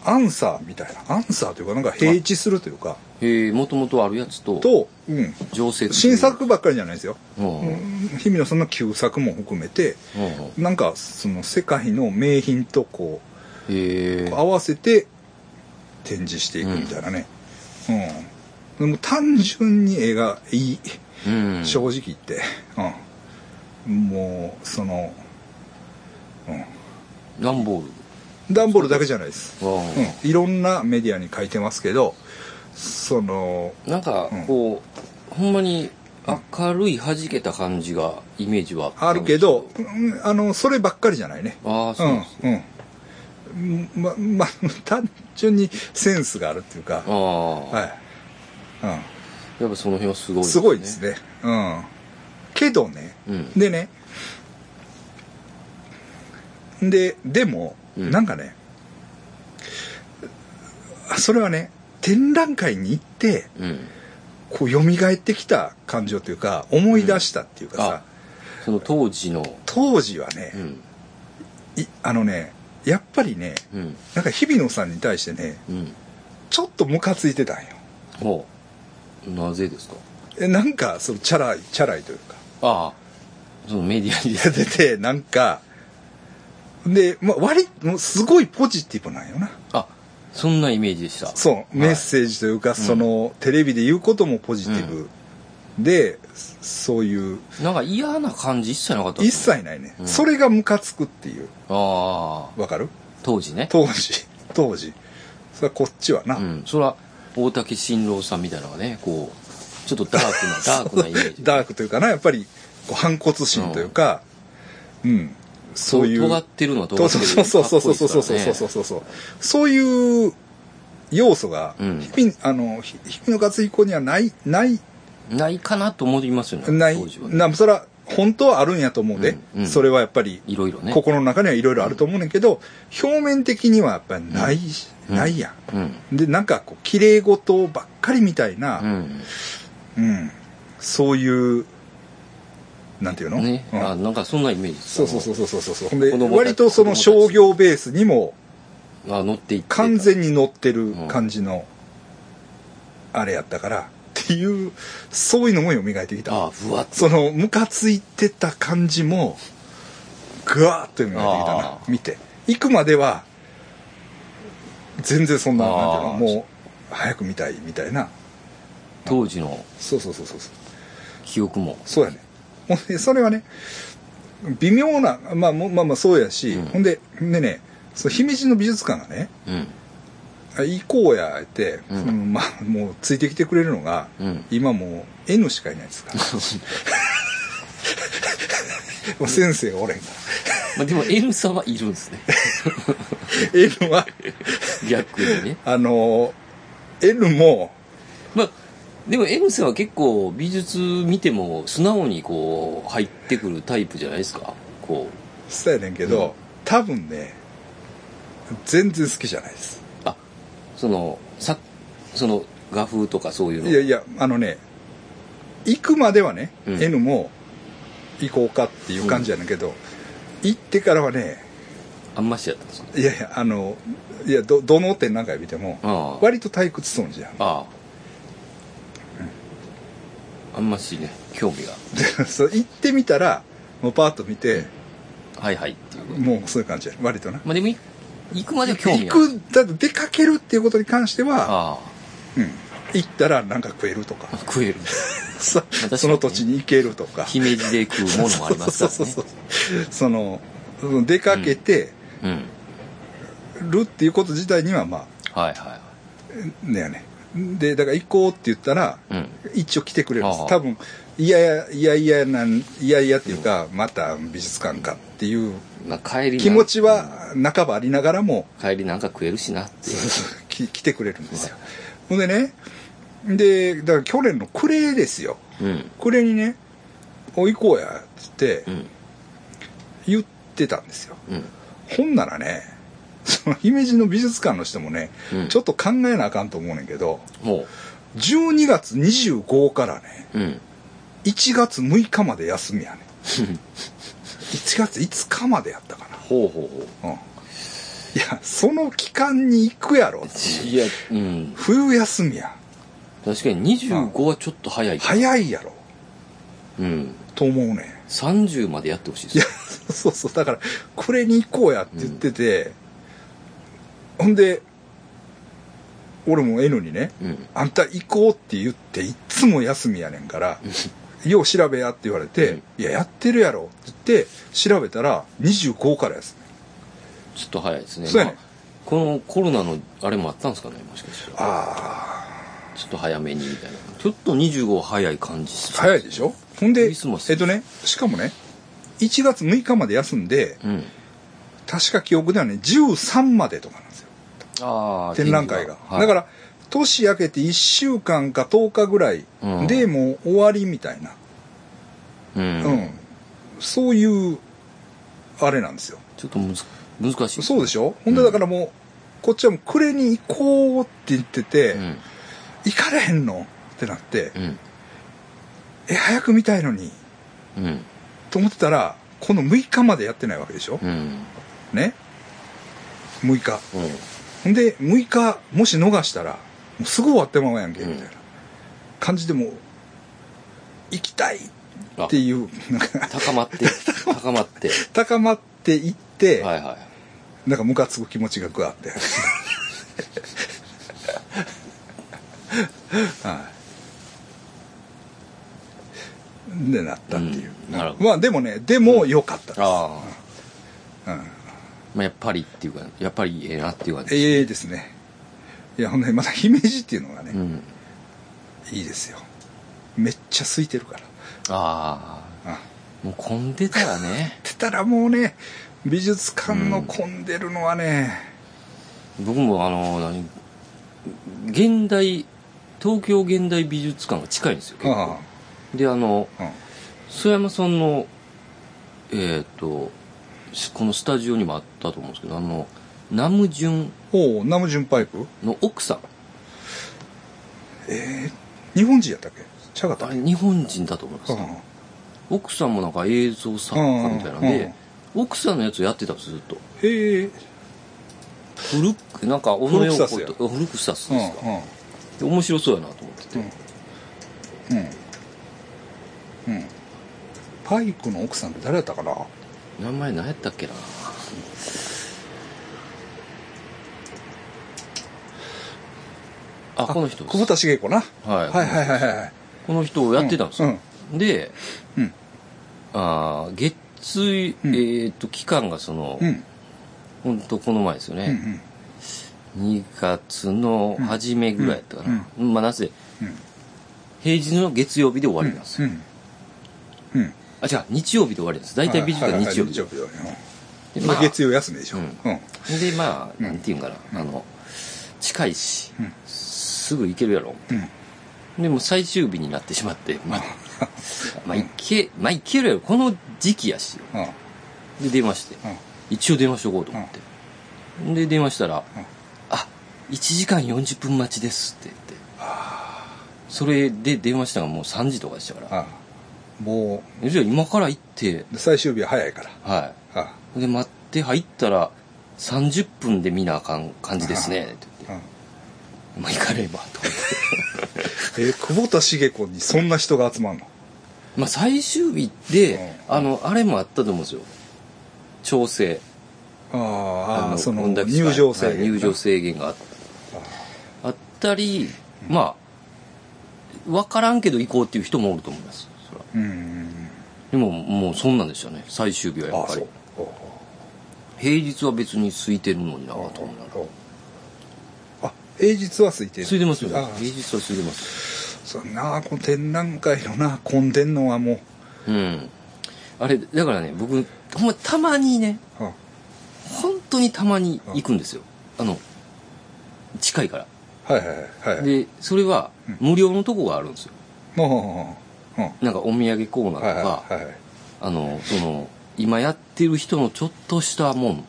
Speaker 1: アンサーみたいなアンサーというかなんか平地するというか
Speaker 2: へえもともとあるやつと
Speaker 1: と、うん、
Speaker 2: 常設
Speaker 1: 新作ばっかりじゃないですよ、
Speaker 2: うんうん
Speaker 1: 日比野さんの旧作も含めて
Speaker 2: へ
Speaker 1: なんかその世界の名品とこ
Speaker 2: え
Speaker 1: う合わせて展示していくみたいなね、うんでも単純に絵がいい、
Speaker 2: うん
Speaker 1: 正直言って、うん、もうその、う
Speaker 2: 段ボール
Speaker 1: ん、段ボールだけじゃないです、
Speaker 2: ああ
Speaker 1: うん、いろんなメディアに書いてますけどその
Speaker 2: なんか
Speaker 1: うん
Speaker 2: こう、ほんまに明るい弾けた感じがイメージはった
Speaker 1: あ
Speaker 2: ん
Speaker 1: る
Speaker 2: です
Speaker 1: けど、うんあのそればっかりじゃないね
Speaker 2: ああそうです
Speaker 1: うんうんまま 単純にセンスがあるっていうか
Speaker 2: ああ、
Speaker 1: はい、
Speaker 2: やっぱその辺はすごい
Speaker 1: うん、すごいですねうんけどね
Speaker 2: うん
Speaker 1: でねででも、
Speaker 2: うん
Speaker 1: なんかねそれはね展覧会に行って
Speaker 2: うん
Speaker 1: こう蘇ってきた感情というか思い出したっていうかさ、
Speaker 2: あその当時の
Speaker 1: 当時はね
Speaker 2: う、ん
Speaker 1: いあのねやっぱりね
Speaker 2: うん
Speaker 1: なんか日比野さんに対してね
Speaker 2: うん
Speaker 1: ちょっとムカついてたんよ
Speaker 2: ほうなぜですか
Speaker 1: えなんかそのチャラいチャラいというか
Speaker 2: ああそのメディアにです
Speaker 1: 出てなんかで、まあ、割もうすごいポジティブなんよな
Speaker 2: あそんなイメージでした
Speaker 1: そう、メッ
Speaker 2: ージ
Speaker 1: セージというか、そのテレビで言うこともポジティブで、そういう
Speaker 2: なんか嫌な感じ一切なかった
Speaker 1: 一切ないね、
Speaker 2: うん
Speaker 1: それがムカつくっていう
Speaker 2: ああ
Speaker 1: わかる
Speaker 2: 当時ね
Speaker 1: 当時 当時それはこっちはな、
Speaker 2: うんそれは大竹新郎さんみたいなのがねこうちょっとダークなダークなイメー ジ
Speaker 1: ダークというかなやっぱりこう反骨心というかうん、そういう
Speaker 2: 尖ってるのは尖
Speaker 1: そう
Speaker 2: って
Speaker 1: そう
Speaker 2: る
Speaker 1: そうそうそうそうそうそうそう
Speaker 2: かっこいいです
Speaker 1: そうそ
Speaker 2: からね
Speaker 1: うそういう要素が
Speaker 2: うん
Speaker 1: 日々あのひ日々の活彦にはないない
Speaker 2: ないかなと思いますよね
Speaker 1: ない
Speaker 2: 当時はね
Speaker 1: なそれは本当はあるんやと思うで、
Speaker 2: うんうん
Speaker 1: それはやっぱり
Speaker 2: いろいろね
Speaker 1: 心の中にはいろいろあると思うねんけど、表面的にはやっぱりない、
Speaker 2: うん
Speaker 1: ないや
Speaker 2: うん
Speaker 1: ん。で、なんかこう、綺麗事ばっかりみたいな、うん、そういう、なんていうの、
Speaker 2: うんね
Speaker 1: うん
Speaker 2: あなんかそんなイメージです
Speaker 1: そうそうそうそうそうそうそう。で
Speaker 2: 子供、たち
Speaker 1: 割とその商業ベースにも
Speaker 2: あ乗っていってた
Speaker 1: 完全に乗ってる感じの、あれやったから、っていう、そういうのも蘇ってきた。
Speaker 2: ああぶわっと
Speaker 1: そのムカついてた感じもぐわーっと見えてきたな
Speaker 2: あー
Speaker 1: 見て行くまでは全然そんな
Speaker 2: あー
Speaker 1: なんていうのもう早く見たいみたいな
Speaker 2: 当時の
Speaker 1: そうそうそうそうそう
Speaker 2: 記憶も
Speaker 1: そうやねほんでそれはね微妙なまあもうまあまあそうやし、
Speaker 2: うん
Speaker 1: ほんででねその姫路の美術館がね
Speaker 2: うん
Speaker 1: あ行こうやって、
Speaker 2: うん
Speaker 1: そのまあもうついてきてくれるのが、
Speaker 2: うん
Speaker 1: 今もう N しかいないですから もう先生がおれんから
Speaker 2: まあでも N さんはいるんで すね
Speaker 1: N は、
Speaker 2: 逆にね
Speaker 1: あの、N も、
Speaker 2: まあでも N さんは結構美術見ても素直にこう入ってくるタイプじゃないですかこう
Speaker 1: そうやねんけど、
Speaker 2: うん
Speaker 1: 多分ね、全然好きじゃないです。
Speaker 2: あそのさその画風とかそういうの
Speaker 1: いやいや、あのね、行くまではね、
Speaker 2: うん
Speaker 1: N も行こうかっていう感じやねんけど、行ってからはね、
Speaker 2: あんましやったんですか
Speaker 1: いやいや、あの、いや、ど、どの展覧会見ても、
Speaker 2: ああ
Speaker 1: 割と退屈そうじゃん。
Speaker 2: あああんましね興味が
Speaker 1: で そう行ってみたら、もうパーッと見て、
Speaker 2: はいはいっていう
Speaker 1: もうそういう感じや、割とな。
Speaker 2: まあでもい行くまでは興
Speaker 1: 行
Speaker 2: 味がある
Speaker 1: く、だって出かけるっていうことに関しては、
Speaker 2: あ
Speaker 1: うん、行ったらなんか食える とか
Speaker 2: あ食える
Speaker 1: そ
Speaker 2: かにね
Speaker 1: その土地に行けるとか
Speaker 2: 姫路で食うものもありますからね
Speaker 1: そうそうそうそうそのうん出かけて
Speaker 2: うん
Speaker 1: るっていうこと自体にはま
Speaker 2: はいは
Speaker 1: あねやねでだから行こうって言ったら
Speaker 2: いはいうん
Speaker 1: 一応来てくれるんです
Speaker 2: ああ
Speaker 1: 多分いやいやいやいやなんいやいやっていうか、また美術館かっていう
Speaker 2: まあ帰りな
Speaker 1: 気持ちは半ばありながらも
Speaker 2: 帰りなんか食えるしなっていう
Speaker 1: き 来てくれるんですよほんでねでだから去年の暮れですよ
Speaker 2: うん
Speaker 1: 暮れにね「おい行こうや」っつって
Speaker 2: うん
Speaker 1: 言ってたんですよ
Speaker 2: うん
Speaker 1: ほんならね、その姫路の美術館の人もね、
Speaker 2: うん
Speaker 1: ちょっと考えなあかんと思うねんけど、
Speaker 2: も
Speaker 1: 12月25からね、
Speaker 2: ううん
Speaker 1: 1月6日まで休みやね1月5日までやったか
Speaker 2: ほうほうほ
Speaker 1: なうんいやその期間に行くやろ
Speaker 2: ういやうん
Speaker 1: 冬休みや
Speaker 2: 確かに25はちょっと早い、
Speaker 1: 早いやろ
Speaker 2: うん
Speaker 1: と思うねん
Speaker 2: 30までやってほしい
Speaker 1: い
Speaker 2: で
Speaker 1: や
Speaker 2: す
Speaker 1: そうそうだからこれに行こうやって言ってて、ほんで俺も N にね、
Speaker 2: うん
Speaker 1: あんた行こうって言っていっつも休みやねん から、よう調べやって言われて、
Speaker 2: うん
Speaker 1: いややってるやろって言って調べたら25からやす
Speaker 2: ちょっと早いですね
Speaker 1: そうやね
Speaker 2: まあこのコロナのあれもあったんですかねもしかしたら
Speaker 1: あ
Speaker 2: ちょっと早めにみたいなちょっと25は早い感じす
Speaker 1: あ
Speaker 2: る
Speaker 1: 早いでしょほんで
Speaker 2: ク
Speaker 1: え
Speaker 2: リスマス
Speaker 1: っとねしかもね1月6日まで休んで
Speaker 2: うん
Speaker 1: 確か記憶ではね13までとかなんですよ
Speaker 2: ああ
Speaker 1: 展覧会が、
Speaker 2: はい
Speaker 1: だから年明けて1週間か10日ぐらいで
Speaker 2: う
Speaker 1: もう終わりみたいな、
Speaker 2: うん、
Speaker 1: うんそういうあれなんですよ
Speaker 2: ちょっとむず難しい
Speaker 1: そうでしょほんで
Speaker 2: うん
Speaker 1: だからもうこっちはもう暮れに行こうって言ってて、
Speaker 2: うん
Speaker 1: 行かれへんのってなって、
Speaker 2: うん
Speaker 1: え早く見たいのに
Speaker 2: うん
Speaker 1: と思ってたらこの6日までやってないわけでしょ
Speaker 2: う、ん
Speaker 1: ね6日
Speaker 2: うん
Speaker 1: ほんで6日もし逃したらもうすぐ終わってまうやんけみ
Speaker 2: うん
Speaker 1: たいな感じでもう行きたいっていうなんか
Speaker 2: 高まって高ま って
Speaker 1: 高まっていって、
Speaker 2: はいはい
Speaker 1: なんかムカつく気持ちがグワってはいでなったっていう、
Speaker 2: うんなるほど
Speaker 1: まあでもねでも良かったです、
Speaker 2: ああ、
Speaker 1: うん
Speaker 2: まあ、やっぱりっていうかやっぱりええなっていう感じ、
Speaker 1: ええですねいやほんでまた姫路っていうのがね、
Speaker 2: うん
Speaker 1: いいですよめっちゃ空いてるから
Speaker 2: あ
Speaker 1: あ
Speaker 2: あもう混んでたらね
Speaker 1: ってたらもうね美術館の混んでるのはね、
Speaker 2: 僕もあの何現代東京現代美術館が近いんですよ結構
Speaker 1: あ
Speaker 2: であの
Speaker 1: あ、うん
Speaker 2: 須山さんのえっ、としこのスタジオにもあったと思うんですけどあのナムジュン
Speaker 1: おおナムジュンパイプ
Speaker 2: の奥さん
Speaker 1: えー、日本人やったっけちゃうかった
Speaker 2: あれ日本人だと思います、
Speaker 1: うん
Speaker 2: 奥さんもなんか映像作家みたいなんで、奥さんのやつをやってたんですずっと
Speaker 1: へえ
Speaker 2: 古くなんか小野洋
Speaker 1: フルクサ
Speaker 2: 子
Speaker 1: ス
Speaker 2: とフルクサス
Speaker 1: うんう
Speaker 2: ですか、
Speaker 1: ん
Speaker 2: で面白そうやなと思ってて、
Speaker 1: うんうんパイクの奥さんって誰やったかな
Speaker 2: 名前何やったっけなあこの人です
Speaker 1: 久保田茂子な、
Speaker 2: は
Speaker 1: は
Speaker 2: い
Speaker 1: いはいはいはい
Speaker 2: この人をやってたんですよ、で
Speaker 1: うん
Speaker 2: あー月水、
Speaker 1: うん
Speaker 2: えーっと期間がその、
Speaker 1: うんう
Speaker 2: 本
Speaker 1: ん
Speaker 2: 当ほんとこの前ですよ
Speaker 1: うんう
Speaker 2: ね、
Speaker 1: ん
Speaker 2: 2月の初めぐらいやったかな、まあなぜ
Speaker 1: うん
Speaker 2: 平日の月曜日で終わりなんですよ、
Speaker 1: うんうん
Speaker 2: あ違う日曜日で終わりなんです大体美術館
Speaker 1: はいはいはい
Speaker 2: 日曜日
Speaker 1: 日
Speaker 2: で
Speaker 1: 曜日だよね
Speaker 2: で
Speaker 1: うん
Speaker 2: まあ
Speaker 1: 月曜休みでしょ
Speaker 2: う
Speaker 1: うんん
Speaker 2: でまあ
Speaker 1: うん
Speaker 2: なんていうんかな、あの近いし、
Speaker 1: うん
Speaker 2: すぐ行けるやろ
Speaker 1: うん
Speaker 2: でもう最終日になってしまって まあまあ行けまあ行けるやろこの時期やし
Speaker 1: うん
Speaker 2: で電話して一応電話しとこうと思って、で電話したら「
Speaker 1: うん
Speaker 2: あ1時間40分待ちです」って言ってそれで電話したのがもう3時とかでしたから
Speaker 1: あも
Speaker 2: 「じゃあ今から行って
Speaker 1: う最終日は早いから
Speaker 2: は
Speaker 1: あ
Speaker 2: いで待って入ったら30分で見なあかん感じですね」って言って
Speaker 1: うん
Speaker 2: 「まあ行かれば」と思って
Speaker 1: えー久保田茂子にそんな人が集まんの
Speaker 2: まあ最終日で、
Speaker 1: うん
Speaker 2: あのあれもあったと思うんですよ調整
Speaker 1: ああ
Speaker 2: の
Speaker 1: その
Speaker 2: 混濁した
Speaker 1: 入場制
Speaker 2: はい入場制限があっあったりまあ分からんけど行こうっていう人もおると思いますそら
Speaker 1: うんうん
Speaker 2: でももうそんなんでしたね最終日は
Speaker 1: うんあ
Speaker 2: や
Speaker 1: あ
Speaker 2: っぱ
Speaker 1: そ
Speaker 2: り
Speaker 1: うおうおう
Speaker 2: 平日は別に空いてるのになと
Speaker 1: あ
Speaker 2: 思うな
Speaker 1: あ平日は空いてる
Speaker 2: 空いてますよ
Speaker 1: あ
Speaker 2: 平日は空いてます
Speaker 1: そんなこの展覧会のな混んでんのはも
Speaker 2: うんあれだからね僕ほんまたまにね
Speaker 1: う、は
Speaker 2: 本当にたまに行くんですよあの近いから
Speaker 1: あ、はいはいはいはい
Speaker 2: でそれは無料のとこがあるんですよ
Speaker 1: もう、うん、は
Speaker 2: なんかお土産コーナーと
Speaker 1: い
Speaker 2: か、
Speaker 1: はいはい
Speaker 2: あのその今やってる人のちょっとしたもん
Speaker 1: うん
Speaker 2: か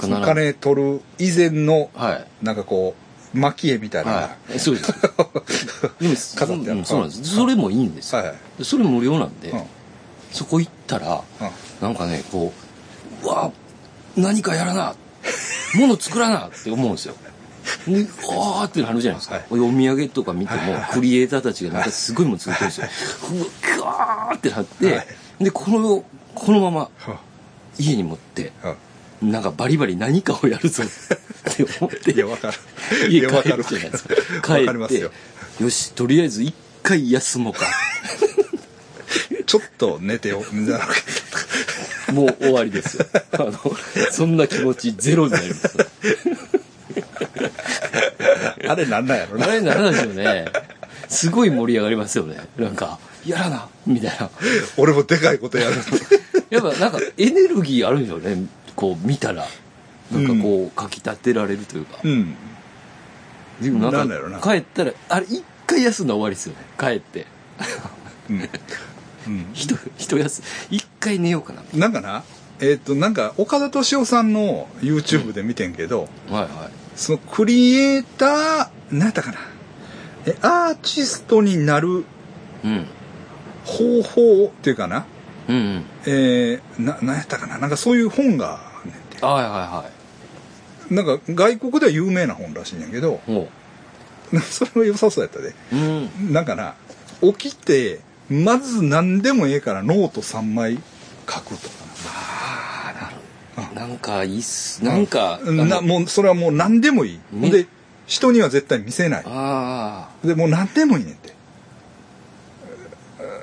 Speaker 1: その
Speaker 2: な
Speaker 1: 金取る以前の
Speaker 2: はい
Speaker 1: なんかこ蒔絵みたいな、
Speaker 2: はい。そうです。でも、
Speaker 1: 飾ってある
Speaker 2: うんそうなんです。それもいいんですよ
Speaker 1: はいはい
Speaker 2: でそれ無料なんで
Speaker 1: うん、
Speaker 2: そこ行ったら、
Speaker 1: うん
Speaker 2: なんかね、こう、うわ何かやらな、物作らなって思うんですよ。で、わーってなるじゃないですか。
Speaker 1: はい
Speaker 2: お土産とか見ても
Speaker 1: はいはいは、い
Speaker 2: クリエイターたちがなんかすごいもの作ってるんですよ。うわ、ガーってなって、
Speaker 1: はい
Speaker 2: で、この、このまま
Speaker 1: は
Speaker 2: 家に持って、
Speaker 1: あは
Speaker 2: なんかバリバリ何かをや るぞって思っ
Speaker 1: あ
Speaker 2: て。
Speaker 1: いやわかる
Speaker 2: 家
Speaker 1: やわ
Speaker 2: 帰
Speaker 1: か
Speaker 2: るじゃないですか
Speaker 1: わ
Speaker 2: 帰
Speaker 1: かりま
Speaker 2: っ
Speaker 1: す
Speaker 2: て
Speaker 1: よ
Speaker 2: よしとりあえず一回休もうか
Speaker 1: ちょっと寝てよみたいな
Speaker 2: もう終わりですよあのそんな気持ちゼロになります
Speaker 1: あれなんなんやろ
Speaker 2: あ
Speaker 1: な
Speaker 2: れならないですよねすごい盛り上がりますよねなんかやらなみたいな
Speaker 1: 俺もでかいことやる
Speaker 2: やっぱなんかエネルギーあるんよねこう見たらなんかこうかきたてられるというか、
Speaker 1: うん
Speaker 2: で
Speaker 1: な
Speaker 2: もなんん
Speaker 1: だろうな
Speaker 2: か帰ったらあれ一回休んだら終わりですよね帰って
Speaker 1: うん、うん
Speaker 2: 一一休一回寝ようかな
Speaker 1: なんかなえっ、となんか岡田敏夫さんの YouTube で見てんけど、
Speaker 2: はいはい
Speaker 1: そのクリエイター何やったかなえアーティストになる
Speaker 2: うん
Speaker 1: 方法っていうかな
Speaker 2: うんうん
Speaker 1: えー、な何やったかななんかそういう本があんねんて
Speaker 2: はいはいはい
Speaker 1: なんか外国では有名な本らしいんやけど
Speaker 2: おう。
Speaker 1: それは良さそうやったで
Speaker 2: うん。
Speaker 1: なんかな起きてまず何でもええからノート3枚書くとか
Speaker 2: ああ、なるなんかいいっす。なんか、
Speaker 1: なな
Speaker 2: あの
Speaker 1: もうそれはもう何でもいい、
Speaker 2: ね
Speaker 1: で人には絶対見せない
Speaker 2: あ
Speaker 1: でもう何でもいいねんて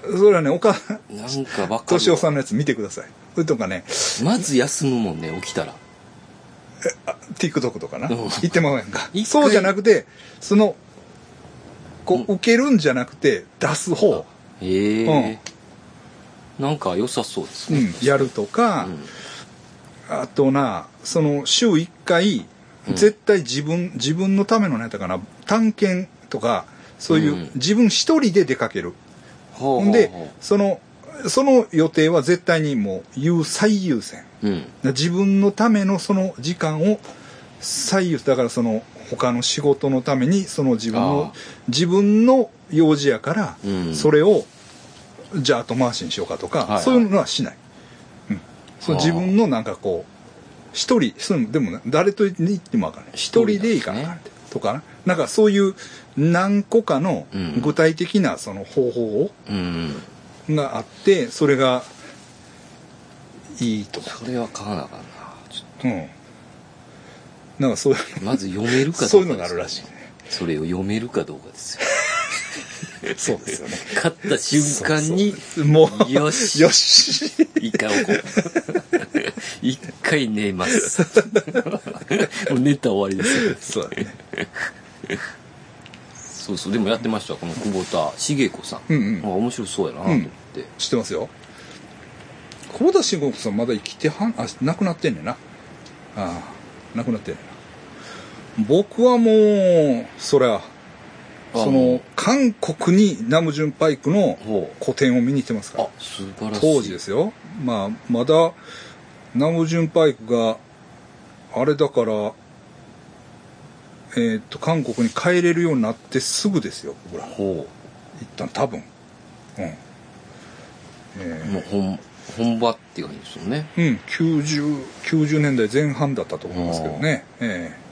Speaker 1: うんそれはね岡田
Speaker 2: あ、なんかばっか
Speaker 1: 敏夫さ
Speaker 2: り。
Speaker 1: んのやつ見てくださいそれとかね
Speaker 2: まず休むもんね、起きたら。
Speaker 1: あ TikTok とかな
Speaker 2: うん
Speaker 1: 行ってまうやんか
Speaker 2: 一回
Speaker 1: そうじゃなくてそのこう、
Speaker 2: う
Speaker 1: 受けるんじゃなくて出す方、
Speaker 2: へえ。なんか良さそうです
Speaker 1: う
Speaker 2: ね。
Speaker 1: ん、やるとか、
Speaker 2: うん。
Speaker 1: あとなその週1回
Speaker 2: うん
Speaker 1: 絶対自分、自分のための何やったかな探検とかそういう、
Speaker 2: うん
Speaker 1: 自分一人で出かける
Speaker 2: ほうほ
Speaker 1: ほ
Speaker 2: うほうん
Speaker 1: でそのその予定は絶対にもう優最優先
Speaker 2: うん。
Speaker 1: 自分のためのその時間を最優だからその他の仕事のためにその自分の
Speaker 2: ああ
Speaker 1: 自分の用事やから、
Speaker 2: うん
Speaker 1: それをじゃあ後回しにしようかとか、
Speaker 2: いはい
Speaker 1: そういうのはしない、うん、その
Speaker 2: ああ
Speaker 1: 自分のなんかこう一人そのでもね誰と行っても分からない
Speaker 2: 一
Speaker 1: 一
Speaker 2: 人
Speaker 1: 人で行かなあかんってとかななんかそういう何個かの
Speaker 2: うん
Speaker 1: 具体的なその方法を
Speaker 2: うん。
Speaker 1: があってそれがいいとか
Speaker 2: それは買わなあかんな。ちょっ
Speaker 1: うん。なんかそういう
Speaker 2: とまず読めるかどうか。
Speaker 1: そういうのがあるらしいね。
Speaker 2: それを読めるかどうかですよ。
Speaker 1: そうですよね。
Speaker 2: 買った瞬間に、
Speaker 1: もう、
Speaker 2: よし
Speaker 1: よし。
Speaker 2: 一回起こう。 一回寝 ます。もう寝たら終わりですよ。
Speaker 1: そうだね。
Speaker 2: そうそう、でもやってました、この久保田茂子さん。
Speaker 1: うんうん
Speaker 2: あ面白そうやなと思って。
Speaker 1: 知ってますよ。久保田慎吾さんまだ生きてはん、あ、亡くなってんねんな。ああ、亡くなってんねんな。僕はもう、そりゃ、そ
Speaker 2: も
Speaker 1: の、韓国にナムジュンパイクの
Speaker 2: ほう
Speaker 1: 個展を見に行ってますから
Speaker 2: あ、。素晴らしい。。
Speaker 1: 当時ですすよ。まあ、まだ、ナムジュンパイクが、あれだから、えーっと、韓国に帰れるようになってすぐですよ、僕ら。行
Speaker 2: ほ
Speaker 1: ったの、多分。うん。
Speaker 2: う。も
Speaker 1: え
Speaker 2: う本、本場っていう感じですよね。
Speaker 1: ーうん、90、90年代前半だったと思いますけどね。ええ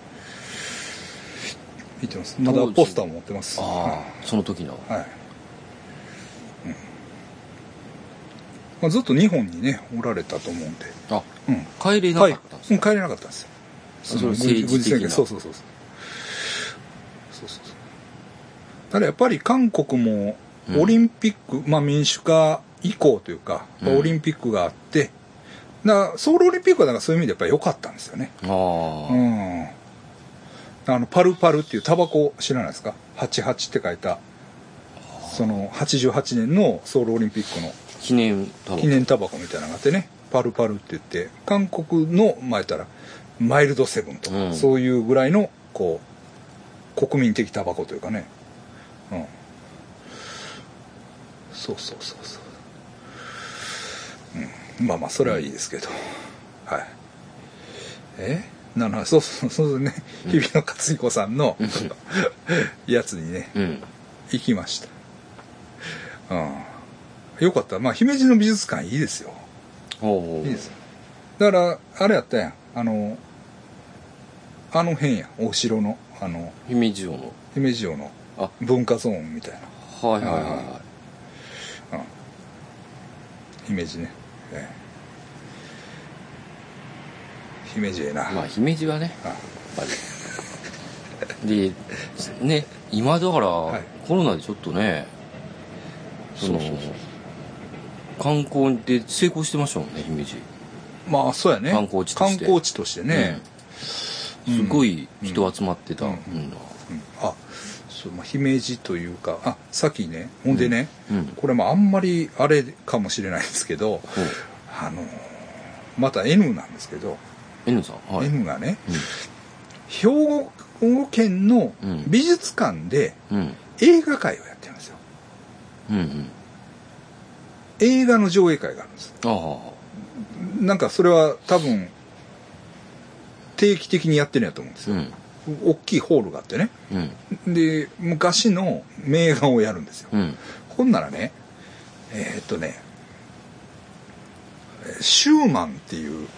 Speaker 1: 見てます。まだ
Speaker 2: 当時
Speaker 1: ポスターも持ってます。
Speaker 2: ああ、その時の。
Speaker 1: はい。うんまあ、ずっと日本にね、おられたと思うんで。
Speaker 2: あ、
Speaker 1: うん。
Speaker 2: 帰れなか
Speaker 1: はい
Speaker 2: ったんです
Speaker 1: う
Speaker 2: ね
Speaker 1: ん帰れなかったんですよ
Speaker 2: あそれ
Speaker 1: の
Speaker 2: 政治的な
Speaker 1: そうそうそうそうそうそうそうただやっぱり韓国も
Speaker 2: うん
Speaker 1: オリンピック、まあ民主化以降というか、
Speaker 2: うん
Speaker 1: オリンピックがあってだからソウルオリンピックはだからそういう意味でやっぱり良かったんですよねう
Speaker 2: あ
Speaker 1: んあのパルパルっていうタバコ知らないですか88って書いたその88年のソウルオリンピックの
Speaker 2: あ、記念タバコ
Speaker 1: 記。念タバコみたいなのがあってねパルパルって言って韓国のまあ言ったらマイルドセブンとか、
Speaker 2: うん
Speaker 1: そういうぐらいのこう国民的タバコというかねうんそうそうそうそう、うん、まあまあそれはいいですけど、はいえなるほどそうそうそうそうね、日比野勝彦さん のやつにね
Speaker 2: うん
Speaker 1: 行きました、うん、よかったまあ姫路の美術館いいですよ
Speaker 2: おう
Speaker 1: いいですよだからあれやったやんあのあの辺やお城のあの
Speaker 2: 姫路城の
Speaker 1: 姫路城の
Speaker 2: あ
Speaker 1: 文化ゾーンみたいな
Speaker 2: はいはいはいは
Speaker 1: 姫路ね、ええ姫路ええな、
Speaker 2: いまあ姫路はね
Speaker 1: あ
Speaker 2: やっぱりでね今だから、
Speaker 1: い
Speaker 2: コロナでちょっとねその
Speaker 1: そうそうそう
Speaker 2: 観光で成功してましたもんね姫路
Speaker 1: まあそうやね
Speaker 2: 観光地とし
Speaker 1: 観
Speaker 2: て
Speaker 1: 光地としてね、
Speaker 2: うんすごい人集まってた、うん
Speaker 1: うんあそう、まあ、姫路というかあさっきねほんでね、
Speaker 2: うんうん
Speaker 1: これまああんまりあれかもしれないですけど、あのーまた N なんですけど、
Speaker 2: N さんはい、
Speaker 1: N がね、兵庫兵庫県の
Speaker 2: うん
Speaker 1: 美術館で
Speaker 2: うん、うん
Speaker 1: 映画会をやってるんですよ
Speaker 2: うんうん
Speaker 1: 映画の上映会があるんです
Speaker 2: ああ
Speaker 1: なんかそれは多分定期的にやってるんやと思うんです
Speaker 2: う
Speaker 1: よ、
Speaker 2: ん
Speaker 1: 大きいホールがあってね
Speaker 2: うん
Speaker 1: で昔の名画をやるんですよ、
Speaker 2: うん
Speaker 1: ほんならねえーっとねえーシューマンっていう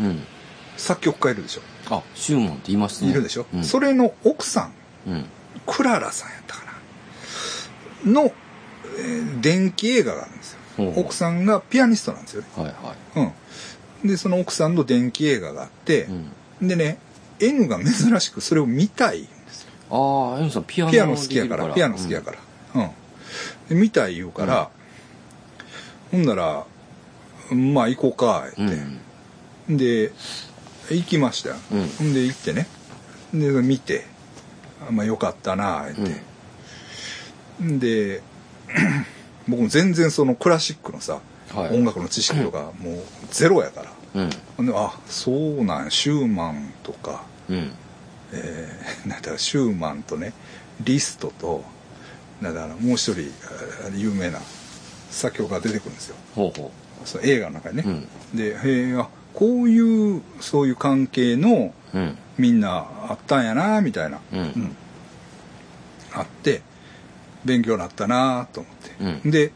Speaker 2: うん
Speaker 1: 作曲家いるでしょ、
Speaker 2: あシューマンって言いますね
Speaker 1: いるでしょ、
Speaker 2: うん、
Speaker 1: それの奥さん
Speaker 2: うん
Speaker 1: クララさんやったかなの、えー電気映画があるんですよ、
Speaker 2: ほうほう
Speaker 1: 奥さんがピアニストなんですよね
Speaker 2: はいは
Speaker 1: うんでその奥さんの電気映画があって、
Speaker 2: い、うん、
Speaker 1: でね N が珍しくそれを見たいんですよ
Speaker 2: ああ N さんピアノ
Speaker 1: ピアノ好きや
Speaker 2: でき
Speaker 1: か
Speaker 2: る
Speaker 1: らピアノ好きやからうん、で見たい言うから、ほんならまあ行こうかって、
Speaker 2: うん
Speaker 1: で行きましたよ、
Speaker 2: うん
Speaker 1: ほんで行ってねで見てあまあよかったなあって、で 僕も全然そのクラシックのさ、
Speaker 2: はい
Speaker 1: 音楽の知識とかもうゼロやから、
Speaker 2: うん
Speaker 1: ほんであそうなんやシューマンとか
Speaker 2: うん
Speaker 1: えーなんだかシューマンとねリストとなんだかなもう一人えー有名な作曲家が出てくるんですよ
Speaker 2: ほうほ
Speaker 1: その映画の中にね、
Speaker 2: うん
Speaker 1: でへえあこういうそういう関係の
Speaker 2: ううん
Speaker 1: みんなあったんやなみたいな、
Speaker 2: うん
Speaker 1: あって勉強になったなと思って、
Speaker 2: うん
Speaker 1: で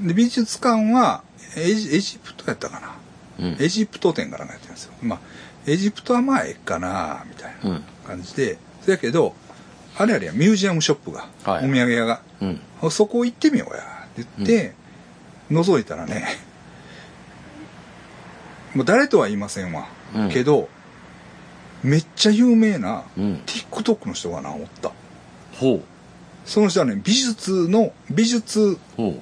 Speaker 1: で美術館はエジエジプトやったかな、
Speaker 2: うん
Speaker 1: エジプト展かなんかやってるんですよまあエジプトはまあええかなみたいな感じで、そやけどあれあれやミュージアムショップが、
Speaker 2: はい
Speaker 1: お土産屋が
Speaker 2: うん
Speaker 1: そこ行ってみようやって言って、覗いたらねもう誰とは言いませんわ、
Speaker 2: うん
Speaker 1: けどめっちゃ有名な、
Speaker 2: うん
Speaker 1: TikTok の人がなおった
Speaker 2: ほう
Speaker 1: その人はね美術の美術
Speaker 2: ほ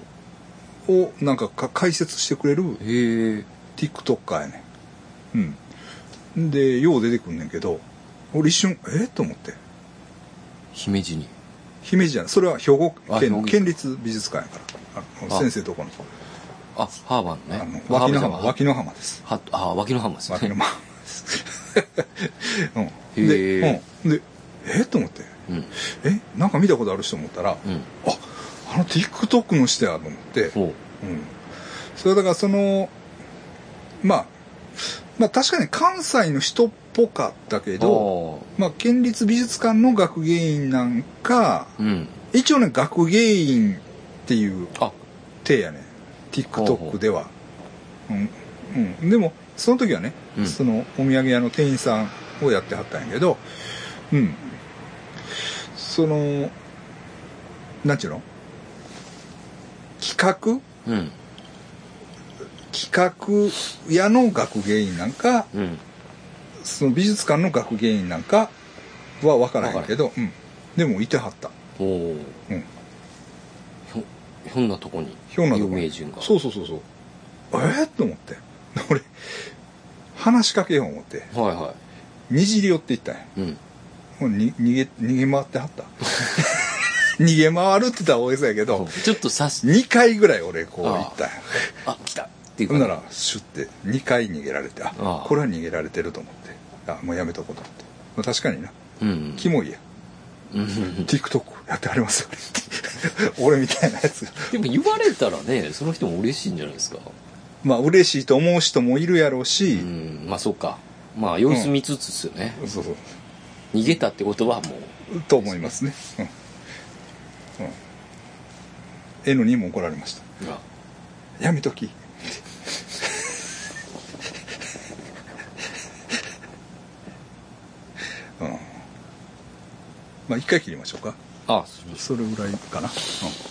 Speaker 1: をなんかか解説してくれる
Speaker 2: うへえ
Speaker 1: TikToker やねんうんでよう出てくんねんけど俺一瞬えっと思って
Speaker 2: 姫路に
Speaker 1: 姫路じゃないそれは兵庫
Speaker 2: あ兵
Speaker 1: 県
Speaker 2: 庫
Speaker 1: の県立美術館やからあの
Speaker 2: あ
Speaker 1: 先生とこの
Speaker 2: あハーバ
Speaker 1: あ
Speaker 2: ーの
Speaker 1: の
Speaker 2: ね
Speaker 1: 脇の
Speaker 2: ハー
Speaker 1: 浜
Speaker 2: バーじゃない
Speaker 1: 脇の浜です
Speaker 2: はあ脇の浜です
Speaker 1: 脇の
Speaker 2: ね
Speaker 1: 浜ですうんで
Speaker 2: へ、
Speaker 1: うん、でえっと思って
Speaker 2: うんうん
Speaker 1: えなんか見たことある人思ったら、ああの TikTok の人やと思って、
Speaker 2: ほ
Speaker 1: うん、それはだからそのまあまあ確かに関西の人っぽかったけ
Speaker 2: う
Speaker 1: ど
Speaker 2: ど
Speaker 1: まあ県立美術館の学芸員なんか
Speaker 2: ううん
Speaker 1: 一応ね学芸員っていう
Speaker 2: あ
Speaker 1: 手やね TikTok ではうん、うん、でもその時はね、
Speaker 2: うん
Speaker 1: そのお土産屋の店員さんをやってはったんやけどうんそのなんちゅうの企画
Speaker 2: うん
Speaker 1: 企画屋の学芸員なんか
Speaker 2: うん
Speaker 1: その美術館の学芸員なんかは分からへんけど、うん、でもいてはった、
Speaker 2: ほう
Speaker 1: うん、
Speaker 2: ひょひょんなとこに
Speaker 1: ひょんなとこに
Speaker 2: 有名人が
Speaker 1: そうそうそうそうえっ、と思って俺話しかけよう思って
Speaker 2: はいは
Speaker 1: にじり寄っていったんや
Speaker 2: いうん
Speaker 1: もうに逃げ逃げ回ってはった 逃げ回るって言ったら大げさやけ
Speaker 2: ほう
Speaker 1: ど
Speaker 2: ちょっと刺し
Speaker 1: 2回ぐらい俺こう行ったんや
Speaker 2: あ来たっていう
Speaker 1: ほんな
Speaker 2: から
Speaker 1: シュッて2回逃げられてあ
Speaker 2: ああ
Speaker 1: これは逃げられてると思ってあもうやめとこうと思ってまあ確かにな
Speaker 2: うん
Speaker 1: キモいや
Speaker 2: うん
Speaker 1: TikTok やってはりますよ 俺みたいなやつが
Speaker 2: でも言われたらねその人も嬉しいんじゃないですか
Speaker 1: まあ嬉しいと思う人もいるやろうし、
Speaker 2: うんまあそうかまあ様子見つつですよね、
Speaker 1: そうそう
Speaker 2: 逃げたってことはもう
Speaker 1: と思いますね、うんうん N にも怒られました
Speaker 2: うわ
Speaker 1: やめときうんまあ一回切りましょうか
Speaker 2: あそうです
Speaker 1: それぐらいかな、うん